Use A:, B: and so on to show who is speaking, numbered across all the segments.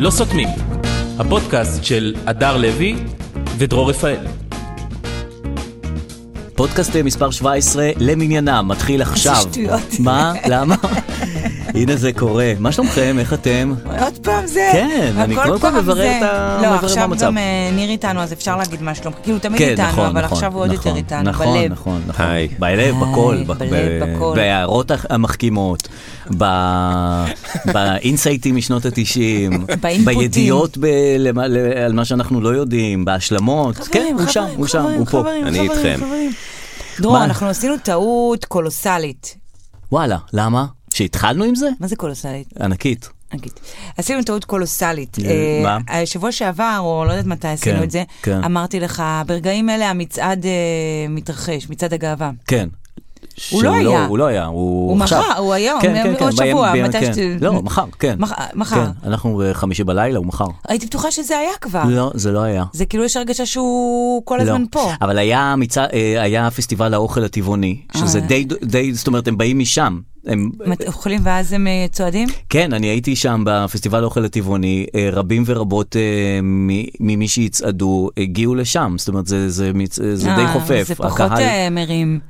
A: לא סותמים, הפודקאסט של הדר לוי ודרור רפאל.
B: פודקאסט מספר 17 למניינם, מתחיל עכשיו.
C: שטויות.
B: מה? למה? הנה זה קורה. מה שלומכם? איך אתם?
C: עוד פעם זה?
B: כן, אני
C: הכל
B: כל פעם מברר
C: זה.
B: את ה-
C: לא,
B: מברר
C: עכשיו
B: במצב.
C: גם אה, ניר איתנו, אז אפשר להגיד מה שלום. כאילו, תמיד
B: כן,
C: איתנו,
B: נכון,
C: אבל
B: נכון,
C: עכשיו הוא עוד
B: נכון,
C: יותר איתנו,
B: נכון,
C: בלב.
B: נכון, נכון.
A: היי.
B: בלב,
C: היי,
B: בכל. ב-
C: בלב,
B: ב-
C: בכל.
B: בהערות הח- המחכימות, ב- באינסייטים משנות התשעים,
C: באינפוטים.
B: בידיעות ב- למה- ל- על מה שאנחנו לא יודעים, בהשלמות. כן,
C: חברים,
B: הוא שם,
C: חברים,
B: הוא שם,
C: חברים,
B: הוא פה.
C: חברים,
A: אני
C: חברים,
A: איתכם.
C: חברים. דרור,
B: מה?
C: אנחנו עשינו טעות קולוסלית.
B: וואלה, למה? שהתחלנו עם זה?
C: מה זה קולוסלית?
B: ענקית.
C: נגיד. עשינו טעות קולוסלית.
B: אה,
C: אה,
B: מה?
C: השבוע שעבר, או לא יודעת מתי עשינו
B: כן,
C: את זה,
B: כן.
C: אמרתי לך, ברגעים אלה המצעד אה, מתרחש, מצעד הגאווה.
B: כן.
C: הוא לא
B: שהוא
C: היה.
B: הוא לא היה, הוא
C: הוא
B: עכשיו.
C: מחר, הוא היום,
B: כן, כן,
C: עוד
B: כן, בימים-
C: שבוע,
B: בימים-
C: מתי
B: כן.
C: שת-
B: לא, מחר, כן.
C: מח- מחר.
B: כן, אנחנו בחמישי בלילה, הוא מחר.
C: הייתי בטוחה שזה היה כבר.
B: לא, זה לא היה.
C: אה. זה כאילו יש הרגשה שהוא כל
B: לא.
C: הזמן פה.
B: אבל היה, מצע- אה, היה פסטיבל האוכל הטבעוני, שזה
C: אה.
B: די, די, זאת אומרת, הם באים משם. הם,
C: מת- אוכלים ואז הם אה, צועדים?
B: כן, אני הייתי שם בפסטיבל האוכל הטבעוני, אה, רבים ורבות אה, מ- ממי שיצעדו הגיעו לשם, זאת אומרת, זה, זה, מצ- אה, זה די
C: אה,
B: חופף.
C: זה פחות
B: הקהל-
C: אה, מרים,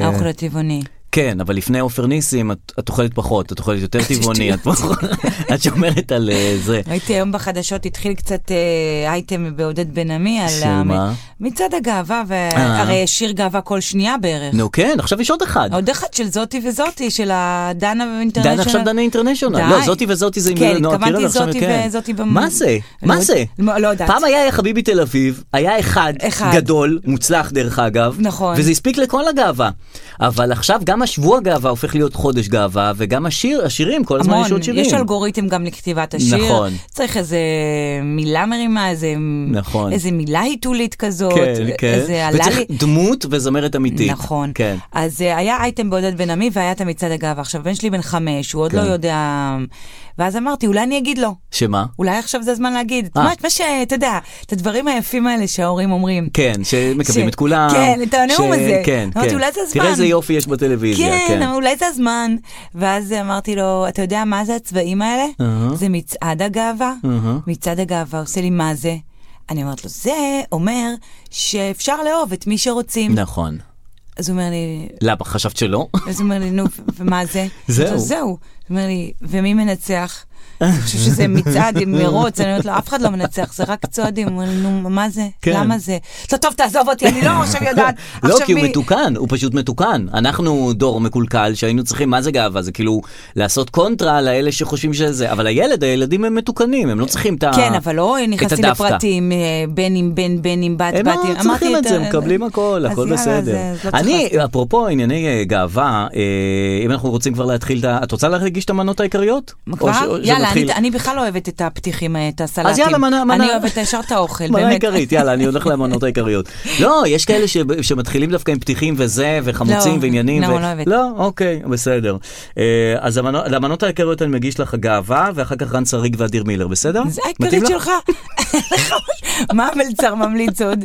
B: אה,
C: האוכל הטבעוני.
B: כן, אבל לפני עופר ניסים את, את אוכלת פחות, את אוכלת יותר טבעוני, את, פחות- את שומרת על אה, זה.
C: ראיתי היום בחדשות, התחיל קצת אה, אייטם בעודד בן עמי על...
B: של
C: המ-
B: מה?
C: מצעד הגאווה,
B: אה.
C: והרי יש שיר גאווה כל שנייה בערך.
B: נו כן, עכשיו יש עוד אחד.
C: עוד אחד של זאתי וזאתי, של הדנה ואינטרנשיונל.
B: דנה עכשיו דנה אינטרנשיונל. לא,
C: די.
B: זאתי וזאתי זה עם
C: כן,
B: נועה קירל
C: התכוונתי
B: עכשיו,
C: זאתי
B: כן.
C: וזאתי במ-
B: מה זה?
C: לא
B: מה
C: יודע-
B: זה?
C: לא- לא יודעת.
B: פעם היה חביבי תל אביב, היה אחד,
C: אחד.
B: גדול, מוצלח דרך אגב.
C: נכון.
B: וזה הספיק לכל הגאווה. אבל עכשיו גם השבוע גאווה הופך להיות חודש גאווה, וגם השיר, השירים, כל הזמן
C: המון,
B: יש עוד שירים.
C: יש אלגוריתם גם לכתיבת השיר.
B: נכון.
C: צריך איזה מילה מרימה, איזה,
B: נכון.
C: איזה מילה היטולית כזאת.
B: כן, כן.
C: איזה עלה
B: וצריך
C: לי.
B: דמות וזמרת אמיתית.
C: נכון.
B: כן.
C: אז אה, היה אייטם בעודד בן עמי והיה את המצעד הגאווה. עכשיו, בן שלי בן חמש, הוא עוד
B: כן.
C: לא יודע... ואז אמרתי, אולי אני אגיד לו.
B: שמה?
C: אולי עכשיו זה הזמן להגיד. את
B: אה.
C: מה- את מה שאתה יודע, את הדברים היפים האלה שההורים אומרים.
B: כן, שמקבלים
C: ש-
B: את כולם.
C: כן, את הנאום
B: ש-
C: הזה.
B: כן,
C: אמרתי,
B: כן.
C: אולי זה
B: תראה
C: הזמן.
B: איזה יופי יש בטלוויזיה.
C: כן, אבל אולי זה הזמן. ואז אמרתי לו, אתה יודע מה זה הצבעים האלה?
B: אהה.
C: זה מצעד הגאווה. מצעד הגאווה עושה לי מה זה. אני אומרת לו, זה אומר שאפשר לאהוב את מי שרוצים.
B: נכון.
C: אז הוא אומר לי,
B: למה, חשבת שלא?
C: אז הוא אומר לי, נו, ומה זה?
B: זהו.
C: אמרתי לו, זהו. הוא אומר לי, ומי מנצח? אני חושב שזה מצעד, מרוץ, אני אומרת לו, אף אחד לא מנצח, זה רק צועדים. הוא אומר לי, נו, מה זה?
B: כן.
C: למה זה? לא, טוב, תעזוב אותי, אני לא עכשיו יודעת.
B: לא,
C: עכשיו
B: כי הוא
C: מי-
B: מתוקן, הוא פשוט מתוקן. אנחנו דור מקולקל שהיינו צריכים, מה זה גאווה? זה כאילו לעשות קונטרה לאלה שחושבים שזה, אבל הילד, הילדים הם מתוקנים, הם לא צריכים את ה...
C: כן, אבל לא נכנסתי
B: את הדווקא.
C: לפרטים, אה, בין אם בן, בין אם בת, בת.
B: הם לא
C: אמרתי
B: צריכים את
C: אתה-
B: זה, הם מקבלים הכל,
C: אז
B: הכל
C: יאללה,
B: בסדר.
C: זה- אז לא צריך
B: אני,
C: לעשות.
B: אפרופו ענייני אה, גאווה, אה, אם אנחנו רוצים כבר להתחיל את ה... את רוצה להגיש את המנות העיקריות? או ש- או
C: כבר? יאללה,
B: שנתחיל?
C: אני- אני בכלל לא אוהבת את הפתיחים, אה, את הסלטים.
B: אז יאללה, מנה, מנה.
C: אני אוהבת ישר את האוכל, באמת.
B: מנה עיקרית, יאללה, אני הולך למנות העיקריות. לא, יש כאלה ש- שמתחילים דווקא עם פתיחים וזה, וחמוצים
C: לא,
B: ועניינים.
C: לא,
B: ו-
C: לא אוהבת.
B: לא, אוקיי, בסדר. אה, אז המנות- למנות העיקריות אני מגיש לך גאווה, ואחר כך רן שריג ואדיר מילר, בסדר?
C: זה
B: מתאים
C: העיקרית
B: לך?
C: שלך. מה המלצר ממליץ עוד?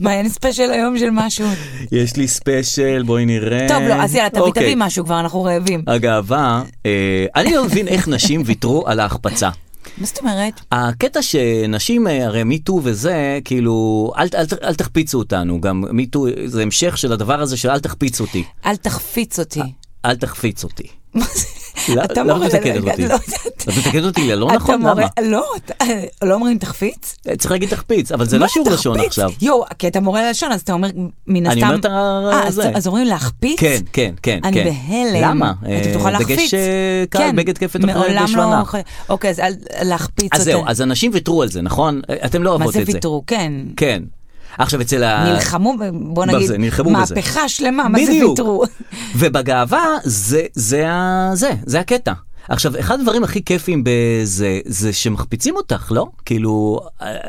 C: מה, אין ספיישל היום של משהו?
B: יש לי ספיישל, בואי נראה.
C: טוב, לא, אז יאללה, תביא,
B: אוקיי.
C: תביא משהו כבר, אנחנו רעבים.
B: הגאווה, אה, אני לא מבין איך נשים ויתרו על ההחפצה.
C: מה זאת אומרת?
B: הקטע שנשים, אה, הרי מיטו וזה, כאילו, אל, אל, אל תחפיצו אותנו, גם מיטו זה המשך של הדבר הזה של אל תחפיץ אותי.
C: אל תחפיץ אותי.
B: אל תחפיץ אותי.
C: מה זה?
B: אה. לא-
C: אתה
B: למה
C: מורה
B: את מתקנת
C: לרגע,
B: אותי?
C: לא יודעת.
B: את מתקנת אותי ללא
C: אתה
B: נכון?
C: מורה-
B: למה?
C: לא, אתה- לא אומרים תחפיץ?
B: צריך להגיד תחפיץ, אבל זה לא
C: מה
B: שיעור
C: תחפיץ?
B: לשון עכשיו.
C: יואו, כי אתה מורה ללשון, אז אתה אומר, מן הסתם...
B: אני אומר את ה-
C: אה, אז-
B: זה.
C: אז אומרים להחפיץ?
B: כן, כן, כן.
C: אני
B: כן.
C: בהלם.
B: למה?
C: אתה
B: אה,
C: תוכל להחפיץ.
B: דגש אה, קל,
C: כן.
B: בגד כפת אחרי
C: מעולם
B: דגש
C: לא
B: ונח.
C: אוכל- אוקיי, אז אל להחפיץ אותי.
B: אז זהו, אז אנשים ויתרו על זה, נכון? אתם לא
C: מה
B: אוהבות
C: זה
B: את זה.
C: ויתרו? כן.
B: כן. עכשיו אצל ה...
C: נלחמו, בוא נגיד,
B: בזה, נלחמו בזה.
C: מהפכה שלמה, אה, מה זה
B: בדיוק.
C: ויתרו?
B: ובגאווה זה, זה, ה- זה, זה הקטע. עכשיו, אחד הדברים הכי כיפים בזה, זה שמחפיצים אותך, לא? כאילו,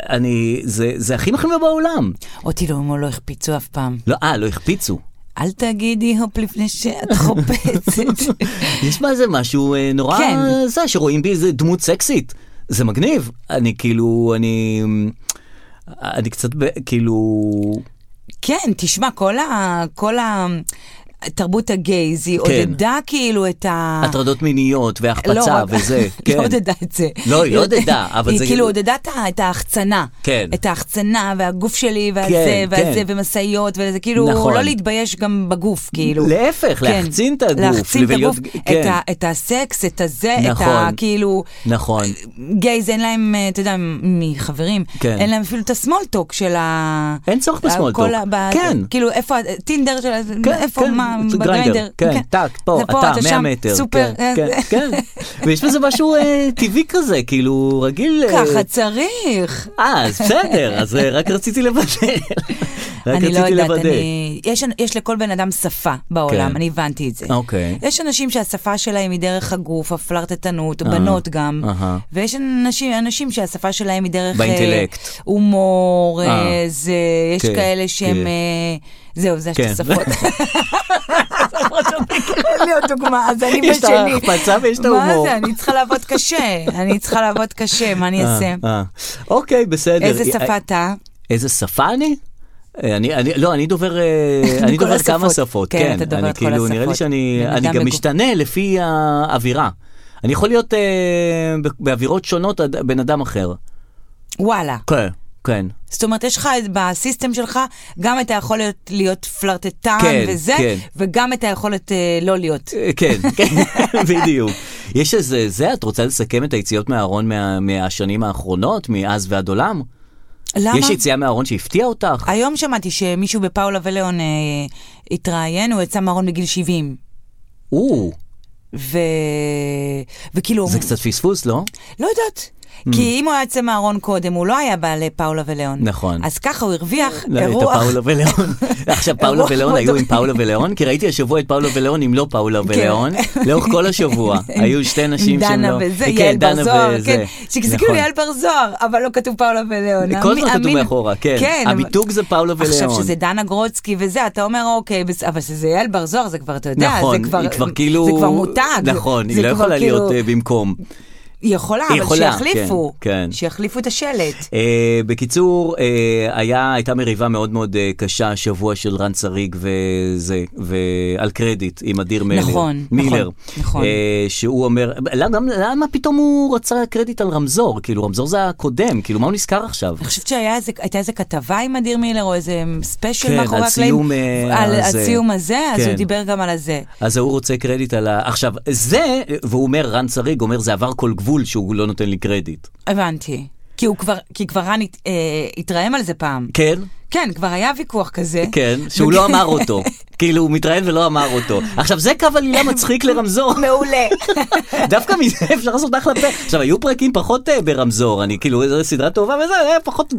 B: אני, זה, זה הכי מחמיא בעולם.
C: אותי לא, לא החפיצו אף פעם.
B: לא, אה, לא החפיצו.
C: אל תגידי הופ לפני שאת חופצת.
B: יש בזה משהו אה, נורא,
C: כן.
B: זה, שרואים בי איזה דמות סקסית. זה מגניב. אני כאילו, אני, אני קצת, ב, כאילו,
C: כן, תשמע, כל ה... כל ה... תרבות הגייז, היא
B: כן.
C: עודדה כאילו את ה...
B: הטרדות מיניות
C: לא,
B: והחפצה
C: רק-
B: וזה,
C: היא
B: כן.
C: לא עודדה את זה.
B: לא, היא לא עודדה, אבל זה-
C: היא כאילו עודדה את ה- את ההחצנה.
B: כן.
C: את ההחצנה, והגוף שלי, והזה,
B: כן,
C: והזה,
B: כן.
C: ומשאיות, וזה כאילו,
B: נכון.
C: לא להתבייש גם בגוף, כאילו.
B: להפך,
C: כן.
B: להחצין את הגוף.
C: להחצין את
B: ולהיות-
C: הגוף, את
B: כן,
C: ה- את הסקס, את הזה, את ה...
B: נכון.
C: כאילו...
B: נכון.
C: גייז אין להם, אה, אתה יודע, מחברים,
B: כן.
C: אין להם אפילו את הסמולטוק של ה...
B: אין צורך בסמול
C: כל
B: טוק.
C: ה- ב-
B: כן.
C: כאילו, איפה, ה- טינדר של...
B: כן,
C: ה- איפה,
B: כן,
C: מה,
B: זה
C: בגריינדר.
B: כן, טאק, פה,
C: זה
B: אתה, 100
C: שם,
B: מטר.
C: סופר.
B: כן,
C: אה,
B: כן, כן. ויש בזה משהו אה, טבעי כזה, כאילו, רגיל. אה,
C: ככה צריך.
B: אה, אז בסדר, אז אה, רק רציתי לוודא. רק
C: אני לא
B: רציתי
C: יודעת,
B: לוודא.
C: אני... יש, יש לכל בן אדם שפה בעולם,
B: כן.
C: אני הבנתי את זה.
B: אוקיי.
C: יש אנשים שהשפה שלהם היא דרך הגוף, הפלרטטנות,
B: אה,
C: בנות גם,
B: אהה.
C: ויש אנשים, אנשים שהשפה שלהם היא דרך... אה,
B: באינטלקט.
C: הומור, אה,
B: אה.
C: זה, יש
B: כן,
C: כאלה שהם...
B: כן.
C: אה, זהו, זה
B: כן.
C: השתי שפות. אין לי עוד דוגמה, אז אני בשני.
B: יש את ההחפצה ויש את ההומור.
C: מה זה, אני צריכה לעבוד קשה, אני צריכה לעבוד קשה, מה אני
B: אה,
C: אעשה?
B: אה. אוקיי, בסדר.
C: איזה
B: אה,
C: שפה אתה?
B: איזה שפה אני? אה, אני, אני, לא, אני דובר, אה, אני
C: כל
B: דובר
C: השפות.
B: כמה שפות,
C: כן,
B: כן,
C: אתה דובר
B: אני
C: את כל
B: כאילו, נראה לי
C: השפות.
B: שאני,
C: בן
B: אני
C: אדם
B: גם
C: מגו-
B: משתנה לפי האווירה. אני יכול להיות אה, ב- באווירות שונות אד- בן אדם אחר.
C: וואלה.
B: כן, כן.
C: זאת אומרת, יש לך את- בסיסטם שלך, גם אתה יכול להיות, להיות פלרטטן
B: כן,
C: וזה,
B: כן.
C: וגם את היכולת אה, לא להיות.
B: אה, כן, כן, בדיוק. יש איזה, זה, את רוצה לסכם את היציאות מהארון מה, מהשנים האחרונות, מאז ועד עולם?
C: למה? אה,
B: יש יציאה מהארון שהפתיעה אותך?
C: היום שמעתי שמישהו בפאולה ולאון אה, התראיין, הוא יצא מהארון בגיל 70.
B: או,
C: ו... וכאילו,
B: זה Mm. קצת פספוס, לא?
C: לא יודעת. כי אם הוא היה יוצא מהארון קודם, הוא לא היה בא לפאולה ולאון.
B: נכון.
C: אז ככה הוא הרוויח
B: לא, את
C: אירוח.
B: הפאולה ולאון. עכשיו, פאולה
C: אירוח
B: ולאון היו עם
C: מועדונים.
B: פאולה ולאון, כי ראיתי השבוע את פאולה ולאון עם לא פאולה ולאון, לאורך כל השבוע. היו שתי נשים
C: עם
B: שהן לא...
C: כן. דנה וזה,
B: כן,
C: יעל
B: דנה
C: בר זוהר,
B: וזה.
C: כן. שזה כאילו
B: נכון.
C: יעל בר זוהר, אבל לא כתוב פאולה ולאון.
B: כל
C: המי-
B: הזמן כתוב
C: המין-
B: מאחורה, כן.
C: כן. אבל-
B: המיתוג זה פאולה
C: עכשיו
B: ולאון.
C: שזה דנה גרוצקי וזה, אתה אומר אוקיי, בס- אבל שזה יעל בר זוהר, זה כבר, אתה יודע,
B: נכון,
C: זה כבר,
B: היא כבר כאילו...
C: זה כבר מותג.
B: נכון,
C: זה
B: היא לא
C: כבר
B: יכולה
C: כאילו-
B: להיות אה, במקום.
C: היא יכולה,
B: היא
C: אבל
B: יכולה,
C: שיחליפו,
B: כן, כן.
C: שיחליפו את השלט.
B: אה, בקיצור, אה, היה, הייתה מריבה מאוד מאוד אה, קשה השבוע של רן צריג וזה, ועל קרדיט עם אדיר מילר.
C: נכון,
B: מילר.
C: נכון, נכון.
B: אה, שהוא אומר, למה, למה פתאום הוא רצה קרדיט על רמזור? כאילו, רמזור זה הקודם, כאילו, מה הוא נזכר עכשיו?
C: אני חושבת שהייתה איזה כתבה עם אדיר מילר, או איזה ספיישל
B: כן,
C: מאחורי
B: על
C: הקלעים.
B: סיום, אה,
C: על
B: הזה.
C: הסיום הזה, אז
B: כן.
C: הוא דיבר גם על הזה.
B: אז ההוא רוצה קרדיט על ה... עכשיו, זה, והוא אומר, רן צריג אומר, זה עבר כל גבול שהוא לא נותן לי קרדיט.
C: הבנתי. כי הוא כבר, כי כבר רן הת- אה, התרעם על זה פעם.
B: כן?
C: כן, כבר היה ויכוח כזה.
B: כן, שהוא לא אמר אותו. כאילו, הוא מתראיין ולא אמר אותו. עכשיו, זה קו עלילה מצחיק לרמזור.
C: מעולה.
B: דווקא מזה אפשר לעשות אחלה פרק. עכשיו, היו פרקים פחות אה, ברמזור, אני כאילו, זו סדרה טובה וזה, היה פחות...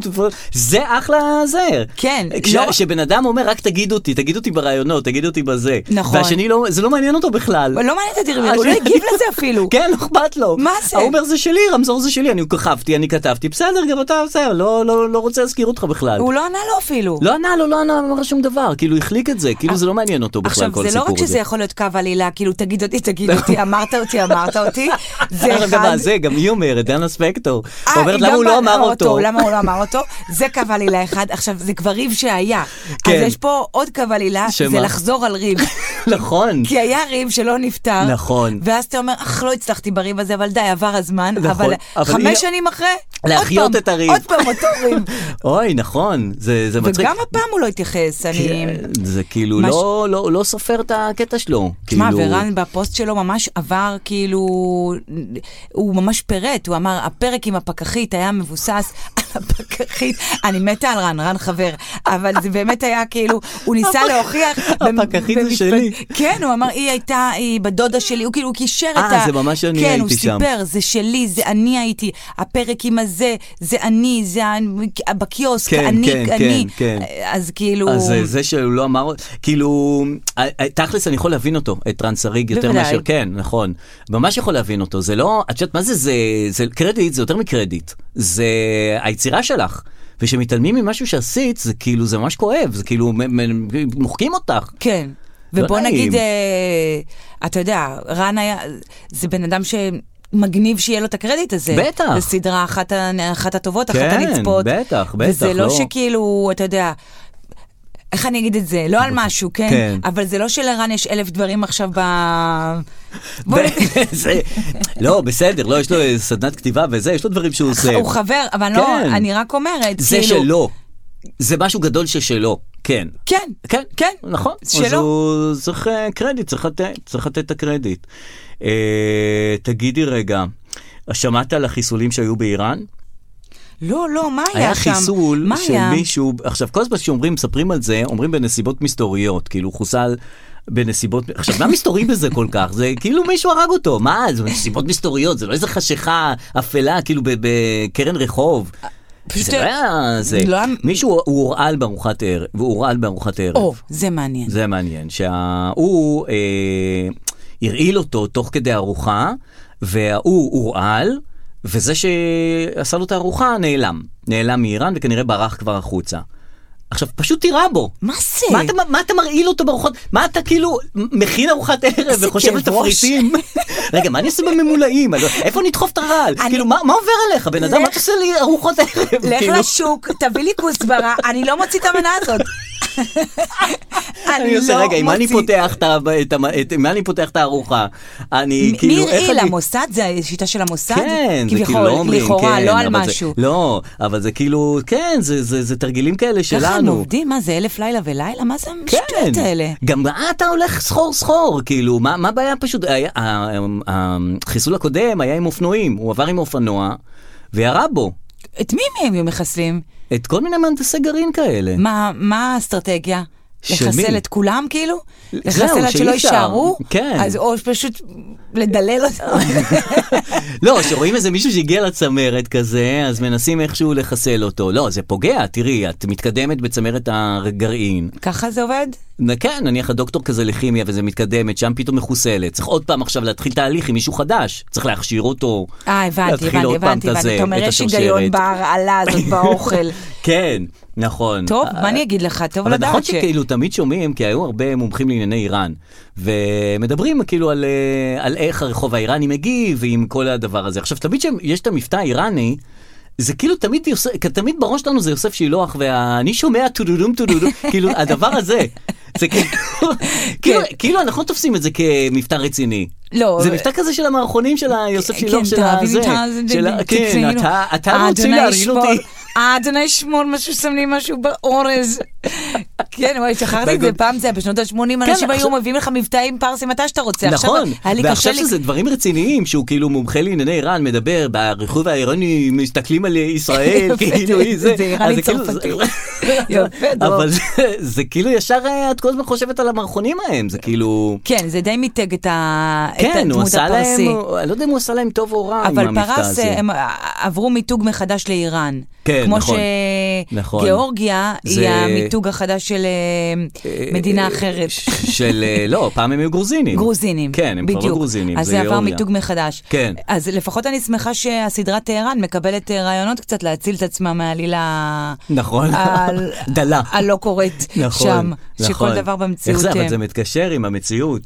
B: זה אחלה זה.
C: כן,
B: כש-
C: לא-
B: כשבן אדם אומר, רק תגיד אותי, תגיד אותי ברעיונות, תגיד אותי בזה.
C: נכון.
B: והשני, לא- זה לא מעניין אותו בכלל.
C: לא מעניין את אדיר מילר, הוא לא
B: השני-
C: הגיב לזה אפילו.
B: כן, לא אכפת לו.
C: מה זה?
B: הוא אומר, זה שלי, רמזור זה שלי, אני כוכבתי, אני כתבתי, בסדר, גם אתה, בסדר, לא- לא לא רוצה להזכיר אותך בכלל.
C: הוא לא ענה לו אפילו.
B: לא ענה לו, לא ענה לו שום דבר, כאילו החליק את זה, כאילו זה לא מעניין אותו בכלל
C: עכשיו,
B: כל הסיפור הזה. לא.
C: זה לא רק שזה יכול להיות קו עלילה, כאילו, תגיד אותי, תגיד אותי, אמרת אותי, אמרת אותי, זה
B: אבל גם
C: אחד.
B: לא זה, גם היא אומרת, דנה ספקטור.
C: אה,
B: אומרת,
C: היא
B: למה
C: גם
B: הוא לא
C: באה-
B: אמר אותו?
C: למה הוא לא אמר אותו? זה קו עלילה אחד. עכשיו, זה כבר ריב שהיה. אז
B: כן.
C: יש פה עוד קו עלילה,
B: שמה?
C: זה לחזור על ריב.
B: נכון.
C: כי היה ריב שלא נפתר.
B: נכון.
C: ואז אתה אומר, אך, לא הצלחתי בריב הזה, אבל די, עבר הזמן.
B: נכון,
C: אבל
B: אבל היא-
C: חמש שנים אחרי, עוד
B: להחיות
C: פעם,
B: את הריב.
C: עוד פעם אותו ריב.
B: אוי, נכון, זה זה מצחיק.
C: וגם הפעם הוא לא התייחס, אני...
B: זה כאילו
C: מה ש-
B: לא- לא לא סופר את הקטע שלו.
C: תשמע,
B: כאילו-
C: ורן בפוסט שלו ממש עבר כאילו, הוא ממש פירט, הוא אמר, הפרק עם הפקחית היה מבוסס על הפקחית. אני מתה על רן, רן חבר, אבל זה באמת היה כאילו, הוא ניסה להוכיח... במ-
B: הפקחית זה
C: במשפט-
B: שלי.
C: כן, הוא אמר, היא הייתה, היא בדודה שלי, הוא כאילו, הוא קישר את ה...
B: אה, זה ממש אני
C: כן, הוא
B: הייתי שם.
C: סיפר, זה שלי, זה אני הייתי, הפרק עם הזה, זה אני, זה ה- בקיוסק,
B: כן,
C: אני,
B: כן,
C: אני.
B: כן, כן.
C: אז כאילו...
B: אז אה, זה שהוא לא אמר, כאילו, אה, אה, תכלס אני יכול להבין אותו, את רן שריג יותר
C: בוודאי.
B: מאשר, כן, נכון, ממש יכול להבין אותו, זה לא, את יודעת מה זה, זה, זה קרדיט, זה יותר מקרדיט, זה היצירה שלך, וכשמתעלמים ממשהו שעשית, זה כאילו, זה ממש כואב, זה כאילו, מ- מ- מוחקים אותך.
C: כן.
B: לא
C: ובוא
B: נעים.
C: נגיד, אה, אתה יודע, רן היה, זה בן אדם שמגניב שיהיה לו את הקרדיט הזה.
B: בטח.
C: זו סדרה אחת, ה- אחת הטובות,
B: כן,
C: אחת הנצפות.
B: בטח, בטח,
C: וזה
B: לא.
C: לא שכאילו, אתה יודע... איך אני אגיד את זה? לא על משהו, כן?
B: כן.
C: אבל זה לא שלרן יש אלף דברים עכשיו ב... בוא נ-
B: זה- לא, בסדר, לא, יש לו אה, סדנת כתיבה וזה, יש לו דברים שהוא עושה.
C: הוא חבר, אבל לא,
B: כן.
C: אני רק אומרת,
B: זה
C: כאילו...
B: שלו. זה משהו גדול ששלו, כן.
C: כן,
B: כן,
C: כן.
B: נכון. אז
C: שלו.
B: הוא צריך אה, קרדיט, צריך לתת, צריך לתת את הקרדיט. אה, תגידי רגע, שמעת על החיסולים שהיו באיראן?
C: לא, לא, מה היה,
B: היה
C: שם?
B: חיסול
C: מה
B: של
C: היה?
B: מישהו, עכשיו כל הזמן שאומרים, מספרים על זה, אומרים בנסיבות מסתוריות, כאילו הוא חוסל בנסיבות, עכשיו מה מסתורי בזה כל כך? זה כאילו מישהו הרג אותו, מה, זה נסיבות מסתוריות, זה לא איזה חשיכה אפלה, כאילו ב- בקרן רחוב.
C: פשוט-
B: זה לא היה זה,
C: לא היה-
B: מישהו הוא הורעל בארוחת ערב, והוא הורעל בארוחת ערב.
C: או, זה מעניין.
B: זה מעניין, שההוא אה, הרעיל אותו תוך כדי ארוחה, וההוא הורעל, וזה שעשה לו את הארוחה נעלם. נעלם מאיראן וכנראה ברח כבר החוצה. עכשיו, פשוט תירה בו.
C: מה זה?
B: מה אתה, מה אתה מרעיל אותו בארוחות? מה אתה כאילו מכין ארוחת ערב
C: איזה
B: וחושב על
C: כאב ראש.
B: תפריטים? רגע, מה אני אעשה בממולאים? אני לא- איפה נדחוף את הרעל?
C: אני-
B: כאילו, מה מה עובר עליך, בן אדם? מה
C: לך-
B: אתה עושה לי ארוחות ערב?
C: לך
B: כאילו?
C: לשוק, תביא לי כוסברה, אני לא מוציא את המנה הזאת.
B: אני עושה,
C: לא
B: רגע, עם מה אני
C: מוציא.
B: פותח את ה- את המ- את- עם מה אני פותח את הארוחה? אני
C: מ-
B: כאילו,
C: מי
B: איך
C: הרעיל?
B: אני...
C: המוסד? זה השיטה של המוסד?
B: כן, זה כאילו
C: כביכול,
B: לא אומרים,
C: לכאורה,
B: כן,
C: לא על
B: אבל זה-
C: משהו.
B: לא, אבל זה כאילו, כן, זה- זה זה תרגילים כאלה שלנו.
C: ככה הם עובדים? מה זה, אלף לילה ולילה? מה זה המשטויות
B: כן,
C: האלה?
B: גם מה אתה הולך סחור סחור, כאילו, מה מה הבעיה פשוט, היה- ה- ה- החיסול הקודם היה עם אופנועים, הוא עבר עם אופנוע וירה בו
C: את מי מהם הם מחסלים?
B: את כל מיני מהנדסי גרעין כאלה.
C: מה מה האסטרטגיה?
B: של
C: לחסל
B: מי?
C: את כולם כאילו?
B: זהו,
C: לחסל עד שלא
B: שאי אפשר.
C: יישארו?
B: כן.
C: אז או פשוט לדלל אותם.
B: לא, שרואים איזה מישהו שהגיע לצמרת כזה, אז מנסים איכשהו לחסל אותו. לא, זה פוגע, תראי, את מתקדמת בצמרת הגרעין.
C: ככה זה עובד?
B: נ- כן, נניח הדוקטור כזה לכימיה וזה מתקדמת, שם פתאום מחוסלת. צריך עוד פעם עכשיו להתחיל תהליך עם מישהו חדש. צריך להכשיר אותו.
C: אה, הבנתי,
B: להתחיל
C: הבנתי,
B: עוד פעם
C: הבנתי,
B: את
C: הבנתי.
B: הזה,
C: אתה אומר,
B: את
C: יש
B: השרשרת.
C: היגיון בהרעלה הזאת באוכל.
B: כן, נכון.
C: טוב,
B: אה,
C: מה אני אגיד לך? טוב
B: אבל נכון
C: לדעת ש...
B: שכאילו תמיד שומעים, כי היו הרבה מומחים לענייני איראן, ומדברים כאילו על, אה, על איך הרחוב האיראני מגיב ועם כל הדבר הזה. עכשיו, תמיד שיש את המבטא האיראני, זה כאילו תמיד, יוס... תמיד בראש שלנו זה יוסף שילוח, ואני שומע טודודום טודודום, כאילו הדבר הזה. זה כאילו,
C: כן.
B: כאילו, כאילו אנחנו לא תופסים את זה כמבטא רציני.
C: לא,
B: זה
C: ו-
B: מבטא כזה של המערכונים של היוסף שילוח
C: כן,
B: של
C: תאהבי
B: הזה.
C: מיטה, זה-
B: לא של ה-
C: זה-
B: כן,
C: כאילו,
B: אתה, אתה רוצה
C: אדוני
B: להרעיל אותי.
C: ישמור- אדוני שמור משהו, שם לי משהו באורז. כן, וואי, שכחתי את זה,
B: בגוד.
C: פעם זה היה בשנות ה-80,
B: כן,
C: אנשים היו
B: עכשיו-
C: מביאים לך מבטאים פרסים מתי שאתה רוצה. עכשיו
B: נכון,
C: היה לי קשה
B: ועכשיו
C: לי-
B: שזה דברים רציניים, שהוא כאילו מומחה לענייני איראן, מדבר, ברחוב האיראני מסתכלים על ישראל,
C: יפה,
B: כאילו היא זה.
C: זה איראני
B: אז כאילו-
C: צרפתי.
B: זה-
C: יפה, דרור.
B: אבל זה- זה כאילו ישר אה, את כל הזמן חושבת על המערכונים ההם, זה כאילו...
C: כן, זה די מיתג את ה- את
B: כן, הוא
C: הדמות
B: עשה להם,
C: הפרסי.
B: הוא- אני לא יודע אם הוא עשה להם טוב או רע עם
C: אבל
B: המבטא
C: פרס, אה,
B: הזה.
C: הם עברו מיתוג מחדש לאיראן.
B: כן, נכון.
C: כמו
B: נכון.
C: שגיאורגיה היא
B: זה-
C: המיתוג החדש של אה, מדינה אחרת.
B: ש- של, אה, לא, פעם הם היו גרוזינים.
C: גרוזינים.
B: כן, הם כבר לא
C: בדיוק.
B: גרוזינים,
C: אז
B: זה
C: זה עבר
B: גאורגיה.
C: מיתוג מחדש.
B: כן.
C: אז לפחות אני שמחה שהסדרה טהרן מקבלת אה, רעיונות קצת להציל את עצמה מהעלילה...
B: נכון,
C: על-
B: דלה.
C: הלא קורית
B: נכון,
C: שם,
B: נכון.
C: שכל דבר במציאות...
B: איך זה, אבל
C: אה,
B: זה מתקשר עם המציאות.